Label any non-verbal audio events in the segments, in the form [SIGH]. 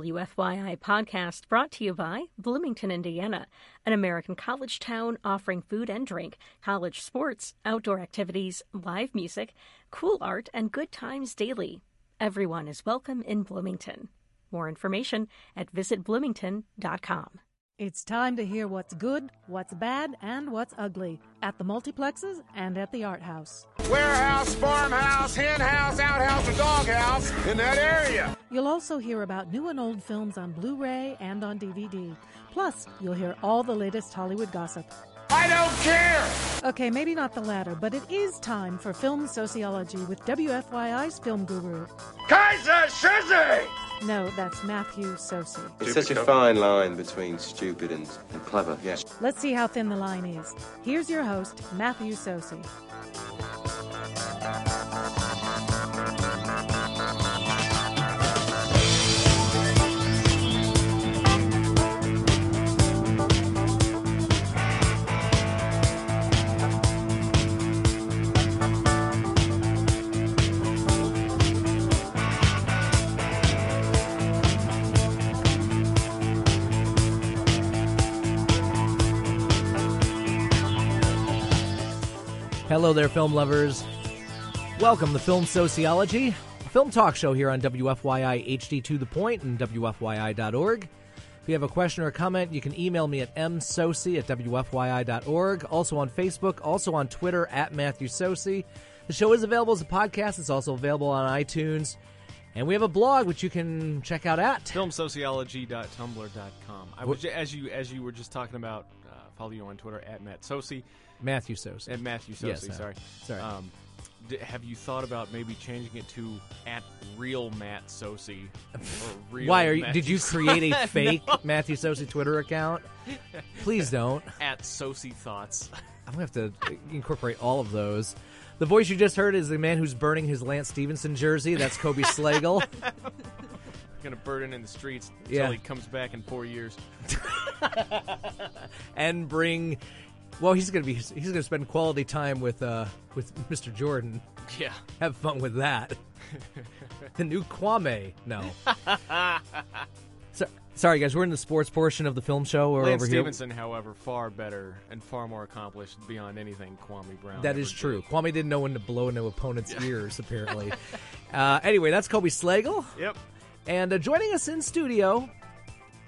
WFYI podcast brought to you by Bloomington, Indiana, an American college town offering food and drink, college sports, outdoor activities, live music, cool art, and good times daily. Everyone is welcome in Bloomington. More information at visitbloomington.com. It's time to hear what's good, what's bad, and what's ugly at the multiplexes and at the art house. Warehouse, farmhouse, hen house, outhouse, and doghouse in that area. You'll also hear about new and old films on Blu ray and on DVD. Plus, you'll hear all the latest Hollywood gossip. I don't care. Okay, maybe not the latter, but it is time for film sociology with WFYI's film guru. Kaiser Shizzy. No, that's Matthew Sosi. It's such a fine line between stupid and, and clever. Yeah. Let's see how thin the line is. Here's your host, Matthew Sosi. Hello there, film lovers. Welcome to Film Sociology, a film talk show here on WFYI HD to the point and WFYI.org. If you have a question or a comment, you can email me at msoci at WFYI.org, also on Facebook, also on Twitter at Matthew Soci. The show is available as a podcast, it's also available on iTunes. And we have a blog which you can check out at filmsociology.tumblr.com. I was as you as you were just talking about. Uh, follow you on Twitter at Matt Sosi Matthew Soci. at Matthew Sosi. Yes, I- sorry, sorry. Um, d- have you thought about maybe changing it to at real Matt [LAUGHS] Sosi? or real Why are you, Matthew did you Sosi? create a [LAUGHS] fake Matthew Soci Twitter account? Please don't. at Sosi thoughts? [LAUGHS] I'm gonna have to incorporate all of those. The voice you just heard is the man who's burning his Lance Stevenson jersey. That's Kobe [LAUGHS] Slagle. Gonna burden in the streets until Yeah. he comes back in four years. [LAUGHS] and bring. Well, he's gonna be. He's gonna spend quality time with uh with Mr. Jordan. Yeah, Have fun [LAUGHS] with that. the new Kwame. No. so, sorry, guys. We're in the sports portion of the film show. We're Lance over Stevenson, however, far better and far more accomplished beyond anything Kwame Brown. here. That ever is did. true. Kwame didn't know when to blow into opponents' [LAUGHS] ears. Apparently. uh, anyway, that's Kobe Slagle. Yep. And uh, joining us in studio,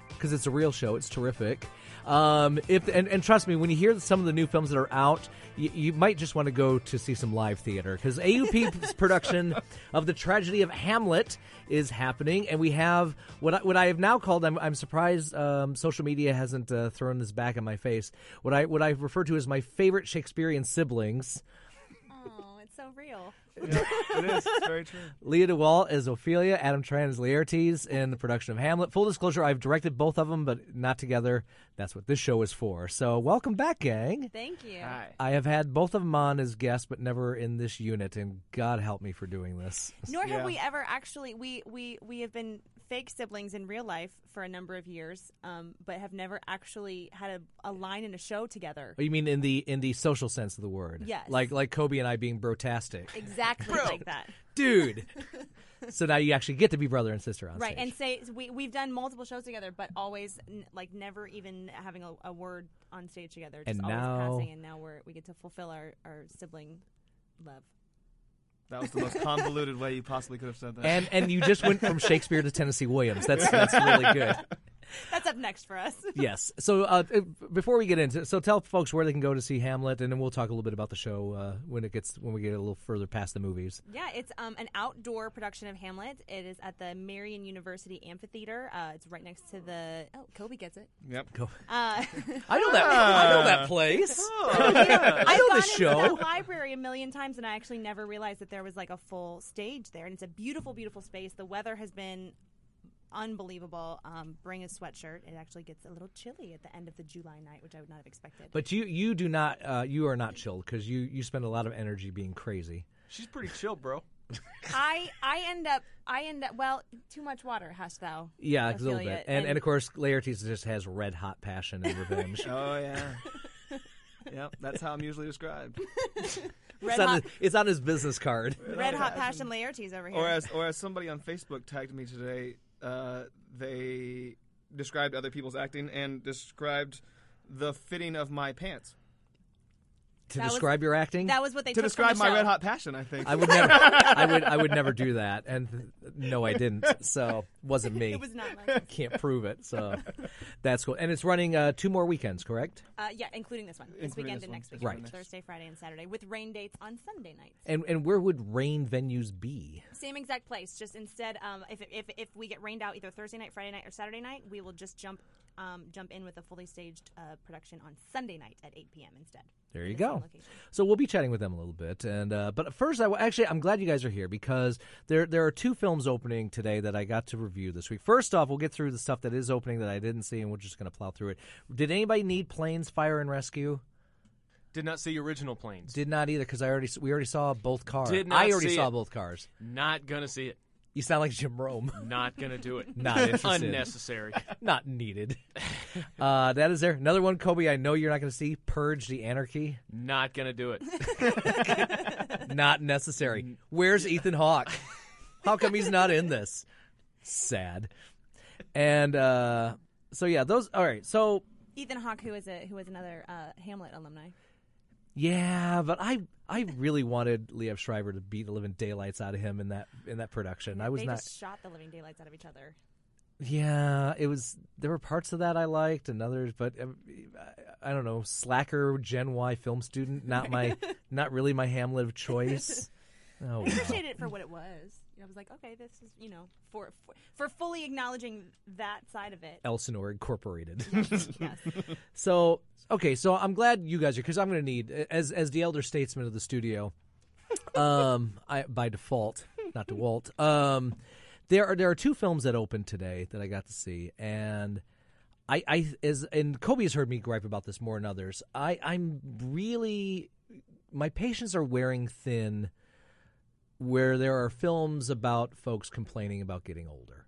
because it's a real show, it's terrific. Um, if and, and trust me, when you hear some of the new films that are out, you, you might just want to go to see some live theater because AUP's production of the tragedy of Hamlet is happening, and we have what I, what I have now called. I'm, I'm surprised um, social media hasn't uh, thrown this back in my face. What I what I refer to as my favorite Shakespearean siblings. Oh, it's so real. it is. It's very true. Leah DeWalt as Ophelia, Adam Tran as Laertes in the production of Hamlet. Full disclosure, I've directed both of them, but not together. That's what this show is for. So, welcome back, gang. Thank you. I have had both of them on as guests, but never in this unit, and God help me for doing [LAUGHS] this. Nor have Yeah. we ever actually we we we have been fake siblings in real life for a number of years, um, but have never actually had a, a line in a show together. You mean in the in the social sense of the word? Yes. Like like Kobe and I being brotastic, Exactly like that, [LAUGHS] [LAUGHS] dude. so now you actually get to be brother and sister on right? stage. [LAUGHS] And say we we've done multiple shows together, but always n- like never even having a, a word on stage together. Just And always now- passing, and now we're we get to fulfill our our sibling love. That was the most convoluted way you possibly could have said that. and and you just went [LAUGHS] from Shakespeare to Tennessee Williams. That's that's really good. That's up next for us. yes. So uh, uh, before we get into, so tell folks where they can go to see Hamlet, and then we'll talk a little bit about the show uh, when it gets when we get a little further past the movies. Yeah, it's um, an outdoor production of Hamlet. It is at the Marion University Amphitheater. Uh, it's right next to the. Oh, Kobe gets it. yep. Uh, [LAUGHS] [LAUGHS] I know that. I know that place. [LAUGHS] I know I've the gone into show. that library a million times, and I actually never realized that there was like a full stage there. And it's a beautiful, beautiful space. The weather has been unbelievable. Um, bring a sweatshirt. It actually gets a little chilly at the end of the July night, which I would not have expected. But you you do not uh, you are not chilled because you you spend a lot of energy being crazy. She's pretty chill, bro. I, I end up, I end up. Well, too much water hast thou? Yeah, it's a little bit, Ophelia. and, and of course Laertes just has red hot passion and [LAUGHS] revenge. Oh yeah. [LAUGHS] yep. That's how I'm usually [LAUGHS] described. it's, red on hot, his, it's on his business card. red hot passion Laertes over here. Or as or as somebody on Facebook tagged me today, uh, they described other people's acting and described the fitting of my pants. to That was- describe your acting. That was what they to took from the describe my show. red hot passion, I think. I would [LAUGHS] never. I would. I would never do that. And th- no, I didn't. So wasn't me. It was not like [LAUGHS] Can't prove it. So that's cool. And it's running uh, two more weekends, correct? uh, yeah, including this one, this Including weekend this and one. next This weekend, one next. Thursday, Friday, and Saturday, with rain dates on Sunday nights. And and where would rain venues be? Same exact place, just instead, um, if, if if we get rained out either Thursday night, Friday night, or Saturday night, we will just jump um, jump in with a fully staged uh, production on Sunday night at 8 p.m. instead. There in you the same go. location. So we'll be chatting with them a little bit, and uh, but first, I w- actually I'm glad you guys are here because there there are two films opening today that I got to review this week. First off, we'll get through the stuff that is opening that I didn't see, and we're just going to plow through it. Did anybody need Planes, Fire, and Rescue? Did not see original planes. Did not either because I already s- we already saw both cars. Did I not already see saw it. both cars. not gonna see it. You sound like Jim Rome. Not gonna do it. [LAUGHS] Not interested. Unnecessary. not needed. uh, that is there. Another one, Kobe. I know you're not going to see Purge: The Anarchy. Not gonna do [LAUGHS] it. Not necessary. Where's Ethan Hawke? How come he's not in this? Sad. And uh, so yeah, those. All right. So Ethan Hawke, who is a who is another uh, Hamlet alumni. yeah, but I I really wanted Liev Schreiber to beat the living daylights out of him in that in that production. I was they not. just shot the living daylights out of each other. Yeah, it was. There were parts of that I liked, and others, but uh, I, I don't know. Slacker Gen Y film student, not my, not really my Hamlet of choice. Oh, I wow. appreciated it for what it was. I was like, okay, this is you know for for, for fully acknowledging that side of it. Elsinore Incorporated. yes. [LAUGHS] so okay, so I'm glad you guys are because I'm going to need as as the elder statesman of the studio, um, I by default, not DeWalt. Um, there are there are two films that opened today that I got to see, and I I as and Kobe has heard me gripe about this more than others. I I'm really my patients are wearing thin. Where there are films about folks complaining about getting older,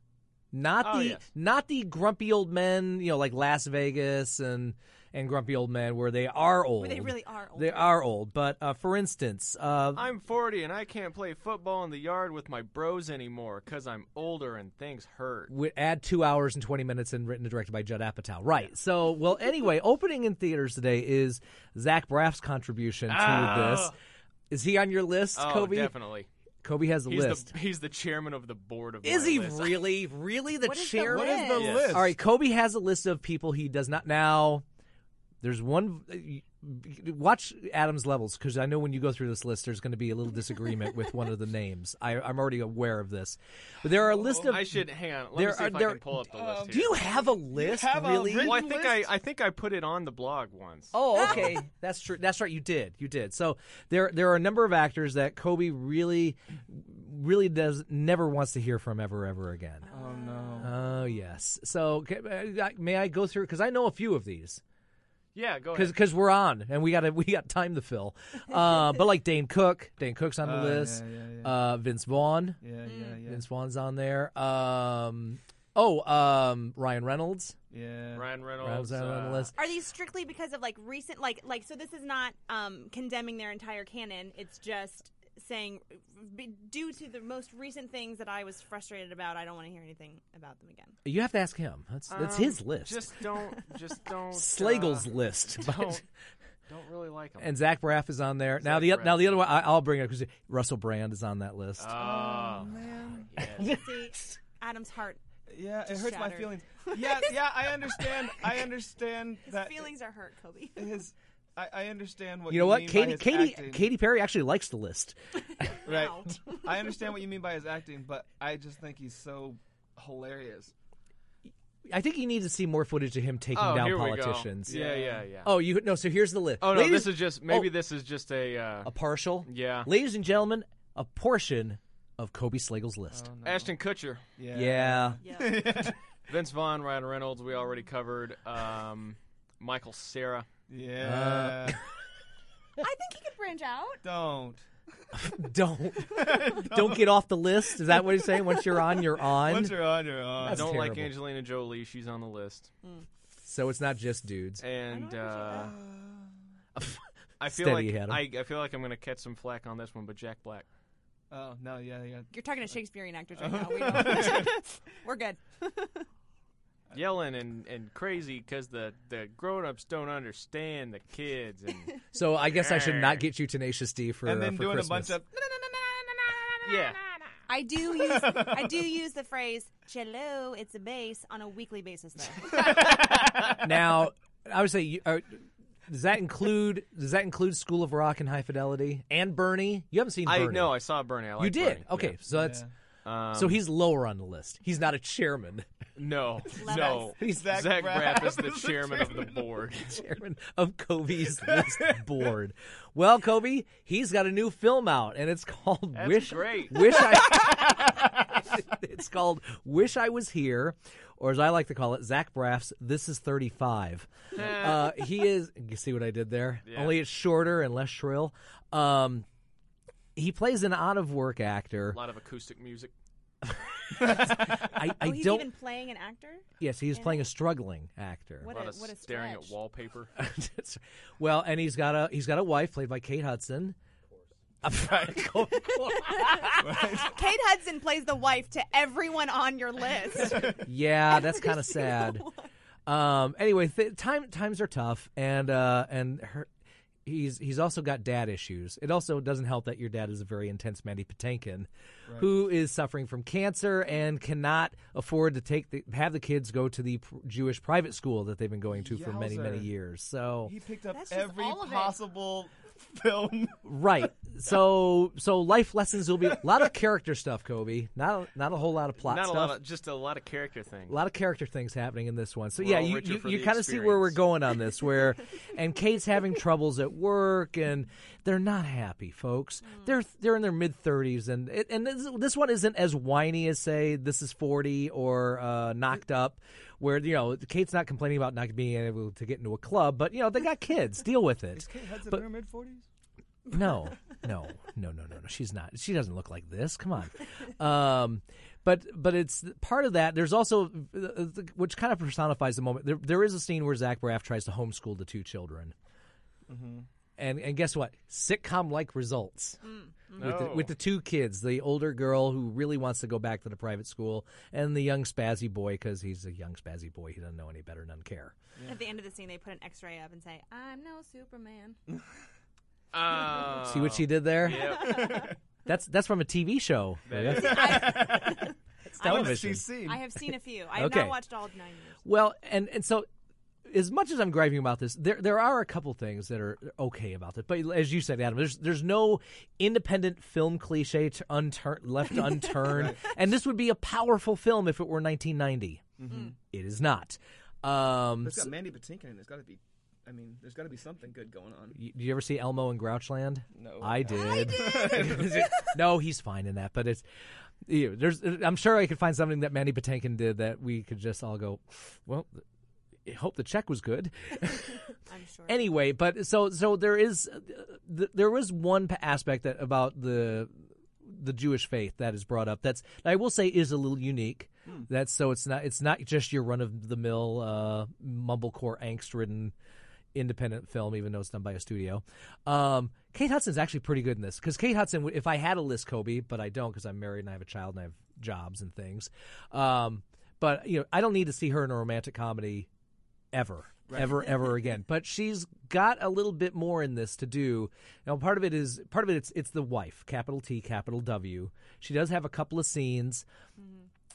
not Oh, the yes. not the grumpy old men, you know, like Las Vegas and and grumpy old men, where they are old. they really are They older. are old. But uh, for instance, uh, I'm 40 and I can't play football in the yard with my bros anymore because I'm older and things hurt. we add two hours and 20 minutes and written and directed by Judd Apatow. Right. So, well, anyway, [LAUGHS] opening in theaters today is Zach Braff's contribution to this. Is he on your list, Ah. Oh, Kobe? definitely. Kobe has a He's list. the he's the chairman of the board of. is my he list. really, really the What is the chairman? What is the Yes. list? All right, Kobe has a list of people he does not now. There's one. Watch Adam's levels because I know when you go through this list, there's going to be a little disagreement with one [LAUGHS] of the names. I, I'm already aware of this. But there are a list of. I should hang on. Let There me see are- if there- I can pull up the list. Here. Do you have a list? Um, have a really? written Well, I think I, list? I think I put it on the blog once. Oh, okay. That's true. That's right. You did. You did. So there, there are a number of actors that Kobe really, really does never wants to hear from ever, ever again. Oh no. Oh yes. So ca- uh, may I go through? Because I know a few of these. Yeah, go ahead. Because we're on and we got to we got time to fill. Uh, but like Dane Cook, Dane Cook's on the Oh, list. yeah, yeah, yeah. Uh, Vince Vaughn, Yeah, yeah, yeah. Vince Vaughn's on there. Um, oh, um, Ryan Reynolds. Yeah. Ryan Reynolds. Reynolds on uh, the list. Are these strictly because of like recent like like so this is not um condemning their entire canon. It's just saying be- due to the most recent things that I was frustrated about, I don't want to hear anything about them again. You have to ask him. That's that's um, his list. Just don't. [LAUGHS] Just don't. Slagle's uh, list. [LAUGHS] Don't, don't really like him. and Zach Braff is on there. now the Braff. now the other one I, I'll bring it because Russell Brand is on that list. oh, Mm-hmm. See, Adam's heart Yeah, it hurts my shattered. [LAUGHS] feelings. Yeah, yeah, I understand. I understand that feelings are hurt, Kobe. his I, I understand what you know what? mean by Katie his Katie acting. Katy Perry actually likes the list. right. Out. I understand what you mean by his acting, but I just think he's so hilarious. I think you need to see more footage of him taking oh, down here politicians. We go. Yeah, yeah, yeah. Oh, you no. So here's the list. Oh no, Ladies- this is just maybe oh, this is just a uh, a partial. Yeah. Ladies and gentlemen, a portion of Kobe Slagle's list. Ashton Kutcher, Yeah. yeah. Vince Vaughn, Ryan Reynolds. We already covered um, Michael Sarah. Yeah. [LAUGHS] I think he could branch out. Don't. [LAUGHS] Don't [LAUGHS] [LAUGHS] don't get off the list. Is that what he's saying? Once you're on, you're on. Once you're on, you're on. That's don't like terrible. Angelina Jolie. She's on the list. so it's not just dudes. And uh, uh, [LAUGHS] I feel Steady, like Adam. I, I feel like I'm gonna catch some flack on this one, but Jack Black. Oh no, yeah, yeah. [LAUGHS] You're talking to Shakespearean actors right now. We don't. We're good. yelling and, and crazy because the, the grown ups don't understand the kids. [LAUGHS] And So I guess I should not get you Tenacious D for and uh, then for doing Christmas. a bunch [LAUGHS] of yeah, I do use I do use the phrase "cello," it's a bass on a weekly basis [LAUGHS] though. [LAUGHS] now I would say you, uh, does that include does that include School of Rock and High Fidelity and Bernie? You haven't seen I Bernie. know. I saw Bernie. I you like did. Bernie, Okay, yeah. so that's Um, so he's lower on the list. He's not a chairman. [LAUGHS] no, Levis. no. Zach Zach, Braff Braff is the [LAUGHS] is the chairman of the board. chairman of Kobe's [LAUGHS] list board. Well, Kobe, he's got a new film out, and it's called That's "Wish." great. Wish I. [LAUGHS] it's called "Wish I Was Here," or as I like to call it, Zach Braff's "This Is 35." uh, he is. You see what I did there? Only it's shorter and less shrill. Um, he plays an out of work actor. A lot of acoustic music. I, I oh, he's don't. even playing an actor. Yes, he's playing a struggling actor. What A lot a of what a staring at stretch. wallpaper. [LAUGHS] That's- well, and he's got a he's got a wife played by Kate Hudson. [LAUGHS] Of course. [LAUGHS] Kate Hudson plays the wife to everyone on your [LAUGHS] list. [LAUGHS] yeah, that's kind of sad. Um, anyway, th- time times are tough, and uh, and her, he's he's also got dad issues. It also doesn't help that your dad is a very intense Mandy Patinkin, who is suffering from cancer and cannot afford to take the, have the kids go to the pr- Jewish private school that they've been going to for many many Yowzer. years. So [LAUGHS] [LAUGHS] He picked up That's just every all of it. possible [LAUGHS] film. Right. So so life lessons will be a lot of character stuff, Kobe. Not a, not a whole lot of plot Not stuff. a lot of just a lot of character things. A lot of character things happening in this one. So We're yeah, all you richer you, for you the kind of see where we're experience. going on this. [LAUGHS] Where and Kate's having troubles at work, and they're not happy, folks. Mm. They're they're in their mid thirties, and it- and this, this one isn't as whiny as say this is forty or uh, knocked up, where you know Kate's not complaining about not being able to get into a club, but you know they got kids, deal with it. Hudson But- in her mid forties. No, no, no, no, no, no. She's not. She doesn't look like this. Come on. Um, but but it's part of that. There's also uh, uh, which kind of personifies the moment. There, there is a scene where Zach Braff tries to homeschool the two children, and and guess what? Sitcom like results with, the, with the two kids, the older girl who really wants to go back to the private school, and the young spazzy boy because he's a young spazzy boy. He doesn't know any better, and doesn't care. At the end of the scene, they put an X-ray up and say, "I'm no [LAUGHS] Superman." Ah, See what she did there? That's that's from a TV show. That's- that's What television. has she seen? I have seen a few. I have Okay. not watched all nine years. Well, and and so as much as I'm griping about this, there there are a couple things that are okay about it. But as you said, Adam, there's there's no independent film cliche to unturn [LAUGHS] left unturned, and this would be a powerful film if it were 1990. It is not. Um, Mm-hmm. It's got Mandy Patinkin in it. There's got to be. I mean, there's got to be something good going on. You- Did you ever see Elmo and Grouchland? No. I did. [LAUGHS] no, he's fine in that, but it's you know, there's. I'm sure I could find something that Mandy Patinkin did that we could just all go, well, I hope the check was good. [LAUGHS] I'm sure. anyway, but so so there is th- there was one p- aspect that about the the Jewish faith that is brought up that's I will say is a little unique. That's so it's not it's not just your run of the mill uh, mumblecore angst ridden independent film, even though it's done by a studio. Um, Kate Hudson's actually pretty good in this because Kate Hudson, if I had a list, Kobe, but I don't because I'm married and I have a child and I have jobs and things. Um, but you know, I don't need to see her in a romantic comedy ever, ever, ever again. But she's got a little bit more in this to do. Now, part of it is part of it. It's it's the wife, capital T, capital W. She does have a couple of scenes.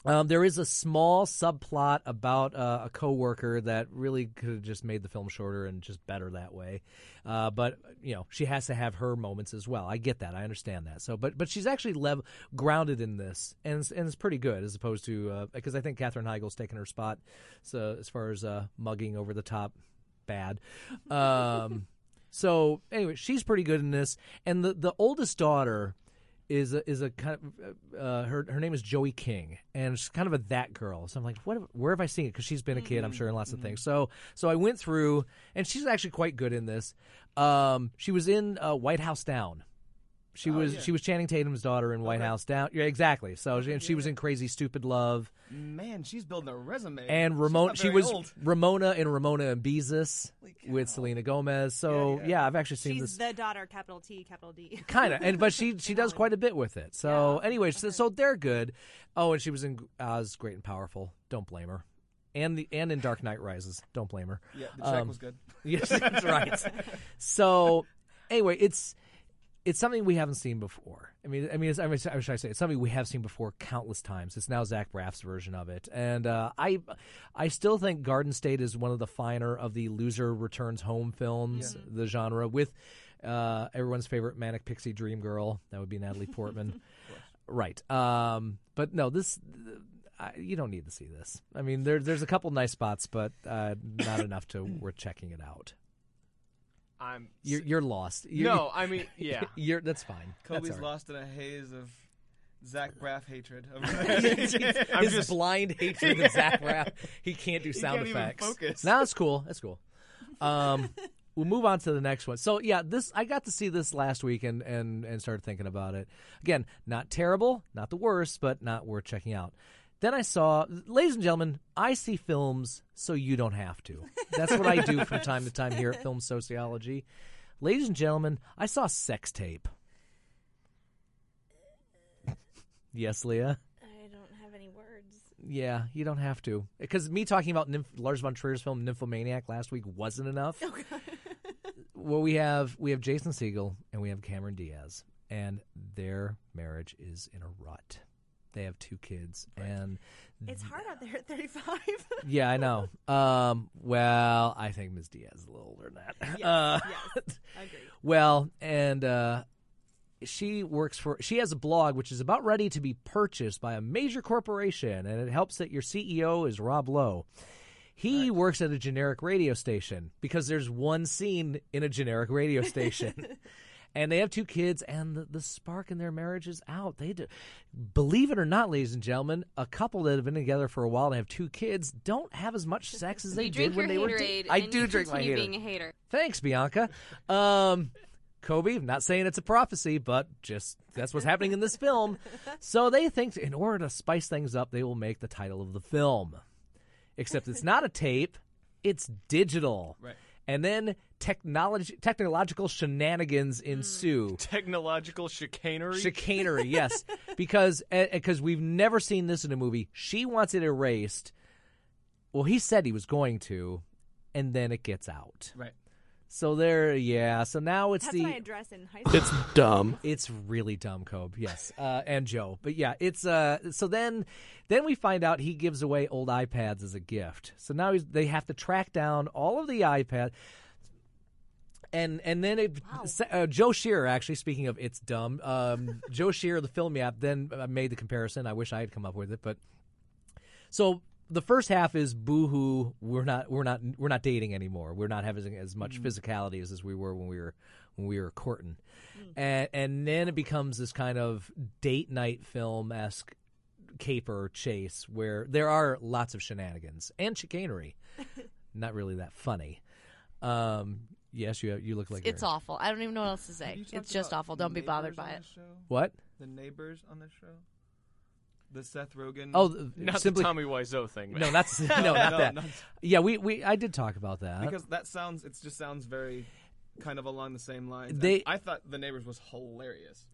Um, there is a small subplot about uh, a coworker that really could have just made the film shorter and just better that way. Uh, but you know, she has to have her moments as well. I get that. I understand that. So, but but she's actually lev- grounded in this, and it's, and it's pretty good as opposed to because I think Katherine Heigl's taken her spot. So as far as uh, mugging over the top, bad. Um, [LAUGHS] so anyway, she's pretty good in this, and the the oldest daughter is a, is a kind of uh, her her name is Joey King, and she's kind of a that girl. So I'm like, what? have- Where have I seen it? Because she's been a kid, I'm Mm-hmm. sure, and lots of things. So so I went through, and she's actually quite good in this. Um, she was in uh, White House Down. She Oh, was she was Channing Tatum's daughter in White House Down. Yeah, exactly. So she, and she was in Crazy Stupid Love, Man, she's building a resume. and She's Ramona not she very was old. Ramona in Ramona and Beezus with Selena Gomez. So yeah, I've actually seen this She's the daughter, capital T, capital D. kind of and but she [LAUGHS] she does quite a bit with it uh, so anyway so, so they're good oh and she was in oz great and powerful don't blame her and the and in Dark Knight Rises. Don't blame her. Yeah, the check Um, was good. [LAUGHS] Yes, that's right. So, anyway, it's it's something we haven't seen before. I mean, I mean, it's, I mean, I should I say it's something we have seen before countless times. It's now Zach Braff's version of it, and uh, I I still think Garden State is one of the finer of the loser returns home films, the genre with. Uh, everyone's favorite manic pixie dream girl that would be Natalie Portman, right? Um, but no, this I, you don't need to see this. I mean, there, there's a couple nice spots, but uh, not enough to worth checking it out. I'm You're, you're lost. You're, no, I mean yeah. [LAUGHS] you're that's fine. That's Kobe's all right. lost in a haze of Zach Braff [LAUGHS] hatred. [LAUGHS] Over His blind hatred of Zach Raff. He can't do sound can't even effects. focus. No, that's cool. That's cool. [LAUGHS] Um, we'll move on to the next one. So yeah, this I got to see this last week and and and started thinking about it. Again, not terrible, not the worst, but not worth checking out. Then I saw, ladies and gentlemen, I see films so you don't have to. That's what I [LAUGHS] do from time to time here at Film Sociology. Ladies and gentlemen, I saw Sex [LAUGHS] Tape. Yes, Leah. I don't have any words. Yeah, you don't have to. Because me talking about Nymph- Lars von Trier's film *Nymphomaniac* last week wasn't enough. well, we have we have Jason Segel and we have Cameron Diaz, and their marriage is in a rut. They have two kids, and It's hard out there at 35. yeah, I know. Um, well, I think Ms. Diaz is a little older than that. Uh, Agreed. [LAUGHS] Well, and uh, she works for she has a blog which is about ready to be purchased by a major corporation, and it helps that your CEO is Rob Lowe. He works at a generic radio station because there's one scene in a generic radio station. And they have two kids, and the, the spark in their marriage is out. They do, believe it or not, ladies and gentlemen, a couple that have been together for a while and have two kids don't have as much sex as they You drink did your when they were. haterade. I and do you drink my continue Haterade. being a hater. Thanks, Bianca. Um, Kobe, I'm not saying it's a prophecy, but just that's what's happening in this film. So they think in order to spice things up, they will make the title of the film. Except it's not a tape, it's digital. Right. And then technology technological shenanigans ensue. Technological chicanery. Chicanery, yes, because because we've never seen this in a movie. She wants it erased. Well, he said he was going to, and then it gets out. Right. So there, yeah. So now it's That's the my address in high school. it's really dumb, Cobe. Yes, uh, and Joe. But yeah, it's uh. So then, then we find out he gives away old iPads as a gift. So now he's, they have to track down all of the iPad. And and then it, se- uh, Joe Shearer actually speaking of it's dumb. Um, Joe Shearer, the film app, then uh, made the comparison. I wish I had come up with it, but so the first half is boohoo. We're not we're not we're not dating anymore. We're not having as much Mm. physicality as, as we were when we were when we were courting, Mm. and and then it becomes this kind of date night film esque caper chase where there are lots of shenanigans [LAUGHS] and chicanery. not really that funny. Um, yes, you you look like It's you're- awful. I don't even know what else to say. It's just awful. Don't be bothered by it. What? The neighbors on the show. The Seth Rogen. Oh, Not simply the Tommy Wiseau thing. no, [LAUGHS] not [LAUGHS] no, not no, that. not- Yeah, we, we I did talk about that. because that sounds. It just sounds very, kind of along the same lines. And They- I thought the neighbors was hilarious.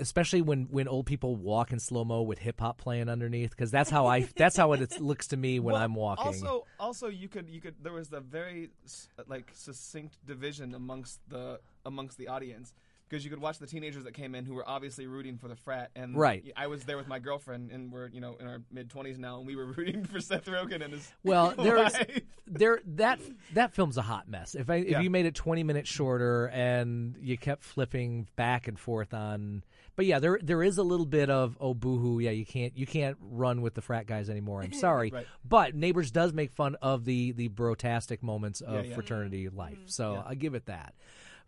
especially when when old people walk in slow mo with hip hop playing underneath, because that's how I that's how it is- looks to me when Well, I'm walking. Also, also you could you could there was a very s- like succinct division amongst the amongst the audience because you could watch the teenagers that came in who were obviously rooting for the frat and Right. I was there with my girlfriend and we're you know in our mid twenties now and we were [LAUGHS] rooting for Seth Rogen and his [LAUGHS] well, there is wife. there that that film's a hot mess. If I, Yeah. if you made it 20 minutes shorter and you kept flipping back and forth on, but yeah, there there is a little bit of oh boohoo, yeah, you can't you can't run with the frat guys anymore. [LAUGHS] I'm sorry, but Neighbors does make fun of the the brotastic moments of yeah. fraternity life, so I give it that.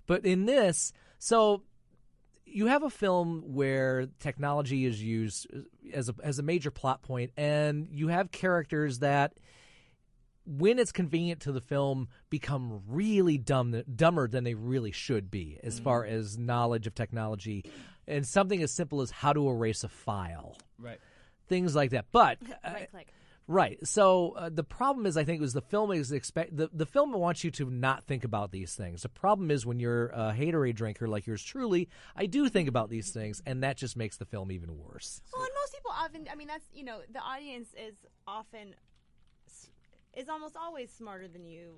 But in this, so you have a film where technology is used uh, as a as a major plot point, and you have characters that, when it's convenient to the film, become really dumb dumber than they really should be as far as knowledge of technology, and something as simple as how to erase a file, right things like that. [LAUGHS] But uh, right click. Right. So uh, the problem is, I think, was the film is expect the, the film wants you to not think about these things. The problem is when you're a haterade drinker like yours truly, I do think about these things, and that just makes the film even worse. Well, and most people often, I mean, that's, you know, the audience is often s- is almost always smarter than you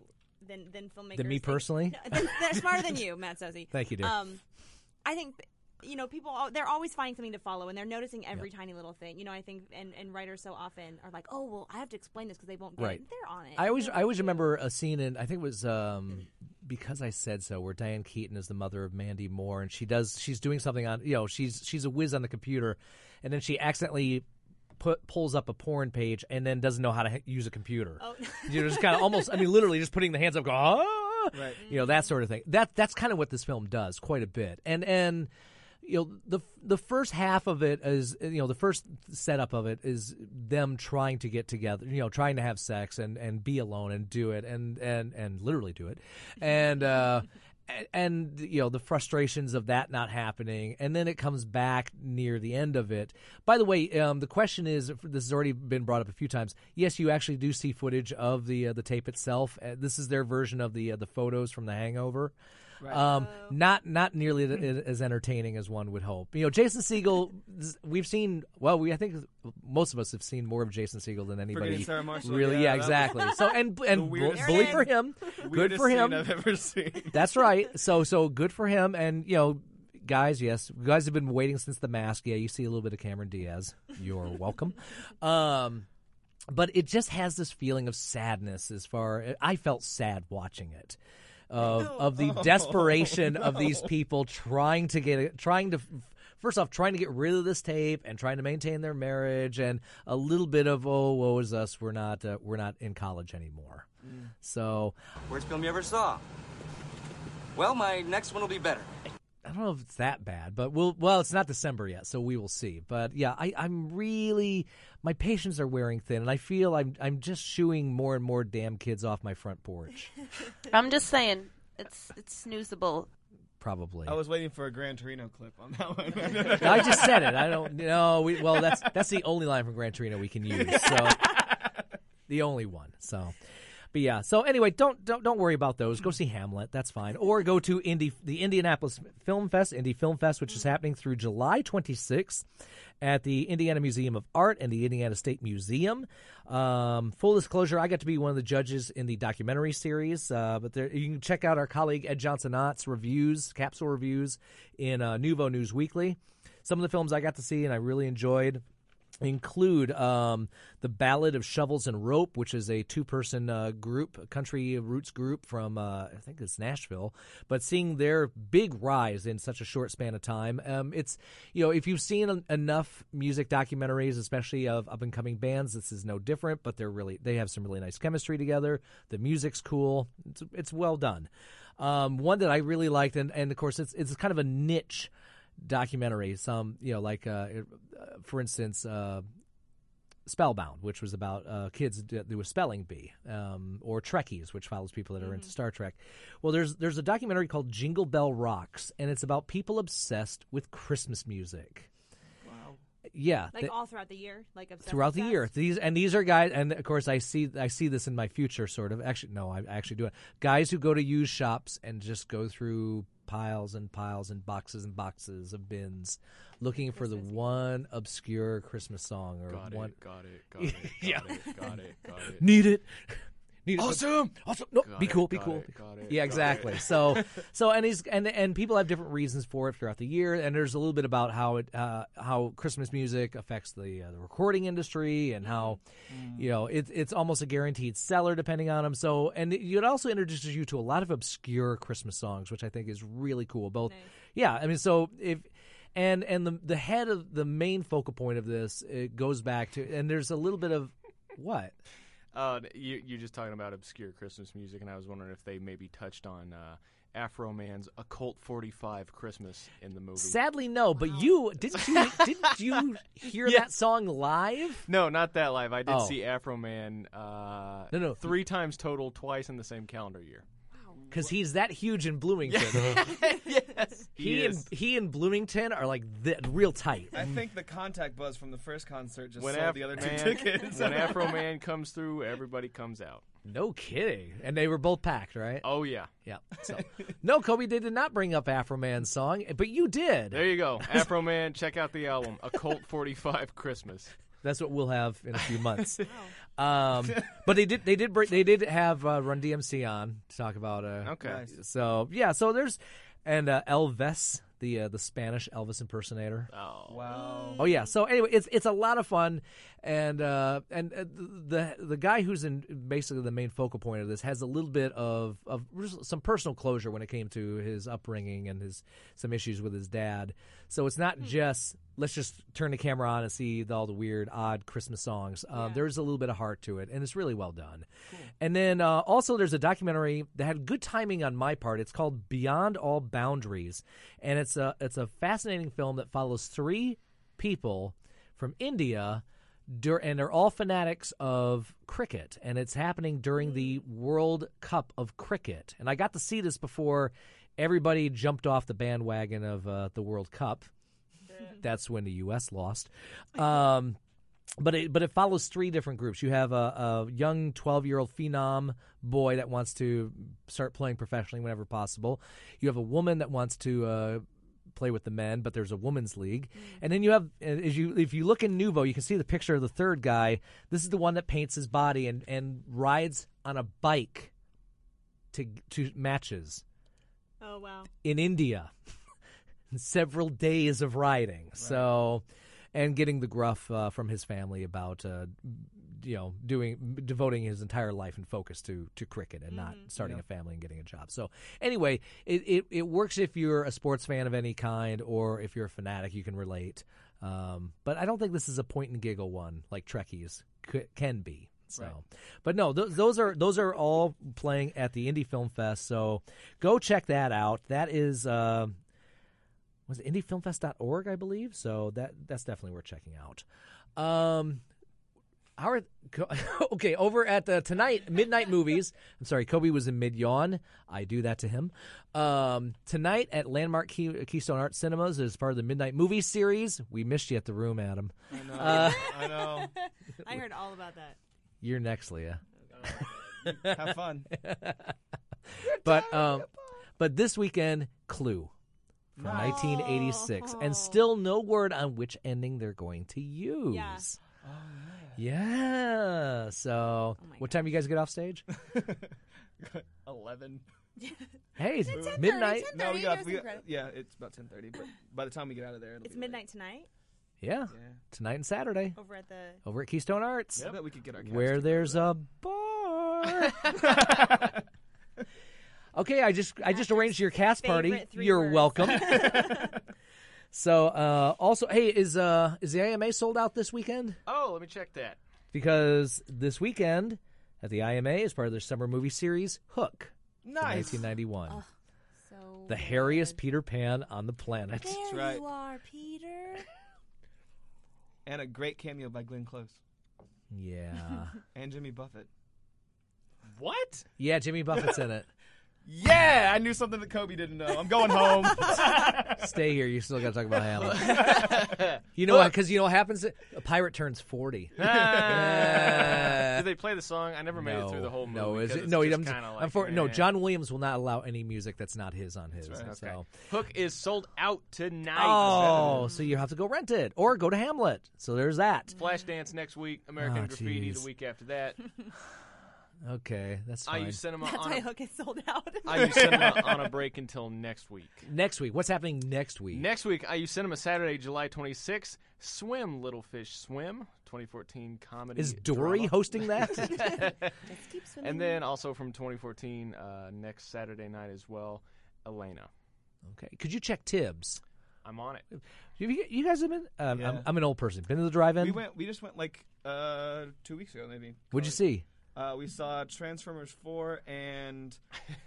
than than filmmakers. me They- personally? No, than- [LAUGHS] they're smarter than you, Matt Sosi. [LAUGHS] Thank you, dear. Um, I think you know people. al- They're always finding something to follow, and they're noticing every tiny little thing. You know, I think and, and writers so often are like, oh well, I have to explain this because they won't get Right. it. They're on it. I always They're I always with you. remember a scene in I think it was um, because I said so where Diane Keaton is the mother of Mandy Moore and she does she's doing something on you know she's she's a whiz on the computer and then she accidentally put pulls up a porn page and then doesn't know how to h- use a computer. Oh. you know, just kind of almost I mean literally just putting the hands up going ah! Right. you know that sort of thing. That that's kind of what this film does quite a bit. And and you know the the first half of it is you know the first setup of it is them trying to get together, you know, trying to have sex and and be alone and do it and and and literally do it. And uh a- and you know the frustrations of that not happening and then it comes back near the end of it by the way um, the question is if this has already been brought up a few times yes you actually do see footage of the uh, the tape itself uh, this is their version of the uh, the photos from the hangover um, not not nearly th- as entertaining as one would hope. You know, Jason Siegel. We've seen well. We I think most of us have seen more of Jason Siegel than anybody. Forgetting Sarah Marshall, really, yeah, yeah, that was exactly. So and [LAUGHS] the and weirdest bully scene. for him. Good Weirdest for him. scene I've [LAUGHS] ever seen. That's right. So so good for him. And you know, guys, yes, you guys have been waiting since the mask. Yeah, you see a little bit of Cameron Diaz. You're welcome. Um, but it just has this feeling of sadness. As far I felt sad watching it. Of, of the desperation of these people trying to get it, trying to f- first off trying to get rid of this tape and trying to maintain their marriage and a little bit of oh woe is us we're not uh, we're not in college anymore so Worst film you ever saw. Well, my next one will be better. I don't know if it's that bad, but we'll. Well, it's not December yet, so we will see. But yeah, I, I'm really my patience are wearing thin, and I feel I'm I'm just shooing more and more damn kids off my front porch. I'm just saying, it's it's snoozable. Probably. I was waiting for a Gran Torino clip on that one. I just said it. I don't know. We, well, that's that's the only line from Gran Torino we can use. So the only one. So. But yeah, so anyway, don't don't don't worry about those. Go see Hamlet, that's fine, or go to Indy the Indianapolis Film Fest, Indie Film Fest, which is happening through July 26th at the Indiana Museum of Art and the Indiana State Museum. Um, full disclosure, I got to be one of the judges in the documentary series, uh, but there, you can check out our colleague Ed Johnson Ott's reviews, capsule reviews in uh, Nouveau News Weekly. Some of the films I got to see and I really enjoyed include um, the Ballad of Shovels and Rope, which is a two-person uh, group, a country roots group from uh, I think it's Nashville, but seeing their big rise in such a short span of time, um, it's you know if you've seen en- enough music documentaries, especially of up-and-coming bands, this is no different. But they're really they have some really nice chemistry together. The music's cool. It's, it's well done. Um, one that I really liked, and, and of course it's it's kind of a niche documentary. Some, you know, like uh, it- uh, for instance, uh, Spellbound, which was about uh, kids that do a spelling bee, um, or Trekkies, which follows people that are into Star Trek. Well, there's there's a documentary called Jingle Bell Rocks, and it's about people obsessed with Christmas music. Wow. Yeah. like th- all throughout the year, like obsessed throughout the with year. These and these are guys, and of course, I see I see this in my future, sort of. Actually, no, I, I actually do it. Guys who go to used shops and just go through piles and piles and boxes and boxes of bins, looking for the one obscure Christmas song or Got one. it. Got it. [LAUGHS] Got it. Got Yeah. it. Got it. Got it. Need it. Need it. Awesome! Awesome. No, Got be it, cool. Be got cool. it, be cool. got it, yeah, got exactly. it. [LAUGHS] so, so, and he's and and people have different reasons for it throughout the year. And there's a little bit about how it uh, how Christmas music affects the uh, the recording industry and how Mm-hmm. you know it's it's almost a guaranteed seller depending on them. So, and it, it also introduces you to a lot of obscure Christmas songs, which I think is really cool. Both, yeah. I mean, so if and and the the head of the main focal point of this it goes back to and there's a little bit of what Uh, you, you're just talking about obscure Christmas music, and I was wondering if they maybe touched on uh, Afro Man's Occult 45 Christmas in the movie. Sadly, no. But you [LAUGHS] didn't you didn't you hear that song live? no, not that live. I did Oh. see Afro Man uh, No, no. three times total, twice in the same calendar year. Because he's that huge in Bloomington. yes. [LAUGHS] he He and is. he and Bloomington are like th- real tight. [LAUGHS] I think the contact buzz from the first concert just When, sold Af- [LAUGHS] the other two man, tickets. when Afro Man comes through, everybody comes out. No kidding. And they were both packed, right? Oh, yeah. Yeah. So no, Kobe they did not bring up Afro Man's song, but you did. There you go. Afro Man, check out the album, Occult 45 Christmas. [LAUGHS] That's what we'll have in a few months. Um, but they did they did bring, they did have uh, Run DMC on to talk about uh Okay. Nice. so yeah so there's and uh, Elvis the uh, the Spanish Elvis impersonator Oh. Wow. Oh yeah. So anyway, it's it's a lot of fun, and uh, and uh, the the guy who's in basically the main focal point of this has a little bit of of just some personal closure when it came to his upbringing and his some issues with his dad. So it's not just let's just turn the camera on and see the, all the weird odd Christmas songs. Uh, There's a little bit of heart to it, and it's really well done. And then uh, also there's a documentary that had good timing on my part. It's called Beyond All Boundaries, and it's a it's a fascinating film that follows three people from India, dur- and they're all fanatics of cricket, and it's happening during the World Cup of cricket. And I got to see this before everybody jumped off the bandwagon of uh, the World Cup. That's when the U.S. lost. Um, but it but it follows three different groups. You have a, a young twelve year old phenom boy that wants to start playing professionally whenever possible. You have a woman that wants to uh, play with the men, but there's a women's league. And then you have uh, as you if you look in Nuvo, you can see the picture of the third guy. This is the one that paints his body and and rides on a bike to to matches Oh wow. in India. [LAUGHS] Several days of riding. So, and getting the gruff uh, from his family about, uh, you know, doing devoting his entire life and focus to to cricket and not starting a family and getting a job. So, anyway, it, it it works if you're a sports fan of any kind or if you're a fanatic, you can relate. Um, but I don't think this is a point and giggle one like Trekkies c- can be. So, but no, those, those are those are all playing at the Indie Film Fest. So go check that out. That is uh, was it indiefilmfest.org, I believe. So that that's definitely worth checking out. Um, our co- [LAUGHS] okay, over at the tonight midnight movies. I'm sorry, Kobe was in mid yawn. I do that to him. Um, tonight at Landmark Key, Keystone Art Cinemas as part of the Midnight Movie series. We missed you at the room, Adam. I know. Uh, I know. I heard all about that. You're next, Leah. [LAUGHS] Have fun. but um, but this weekend, Clue from 1986, and still no word on which ending they're going to use. Yeah. yeah. So, my what time you guys get off stage? Eleven. hey, it's 10:30, midnight. 10:30, No, we got, there's we no got credit. yeah. It's about ten [LAUGHS] thirty, but by the time we get out of there, it'll It's be late. midnight tonight Yeah. Yeah. tonight and Saturday over at the. over at Keystone Arts, I bet we could get our cast where together. there's a bar. [LAUGHS] okay, I just I just arranged your cast party. favorite three You're words. [LAUGHS] welcome. so, uh, also, hey, is uh is the AMA sold out this weekend? Oh, let me check that. because this weekend at the IMA is part of their summer movie series Hook, nice. 1991. So the hairiest Peter Pan on the planet. There right. you are, Peter. [LAUGHS] And a great cameo by Glenn Close Yeah. and Jimmy Buffett. What? yeah, Jimmy Buffett's in it. Yeah, I knew something that Kobe didn't know. I'm [LAUGHS] going home. [LAUGHS] Stay here. You still got to talk about Hamlet. [LAUGHS] you know what? Because you know what happens? A pirate turns 40. Did they play the song? I never Ah. made it through the whole movie. No, is 'cause it? it's No, he just doesn't- kinda like, unfor- no, meh. John Williams will not allow any music that's not his on his. Okay. So. Hook is sold out tonight. Oh, so you have to go rent it or go to Hamlet. So there's that. Flashdance next week. American Oh, Graffiti jeez. the week after that. Okay, that's fine. IU Cinema That's Um, on why a, Hook is sold out. [LAUGHS] IU Cinema on a break until next week. Next week, what's happening next week? Next week, IU Cinema Saturday, July 26th. Swim, Little Fish Swim, 2014 comedy. Is Dory drama. hosting that? [LAUGHS] Just keep swimming. And then also from 2014, uh, next Saturday night as well, Elena. okay. Could you check Tibbs? I'm on it. You, you guys have been. Um, I'm, Yeah. I'm an old person. Been to the drive-in. we went. We just went like uh, two weeks ago, maybe. What'd you see? Uh, we saw Transformers four [LAUGHS] and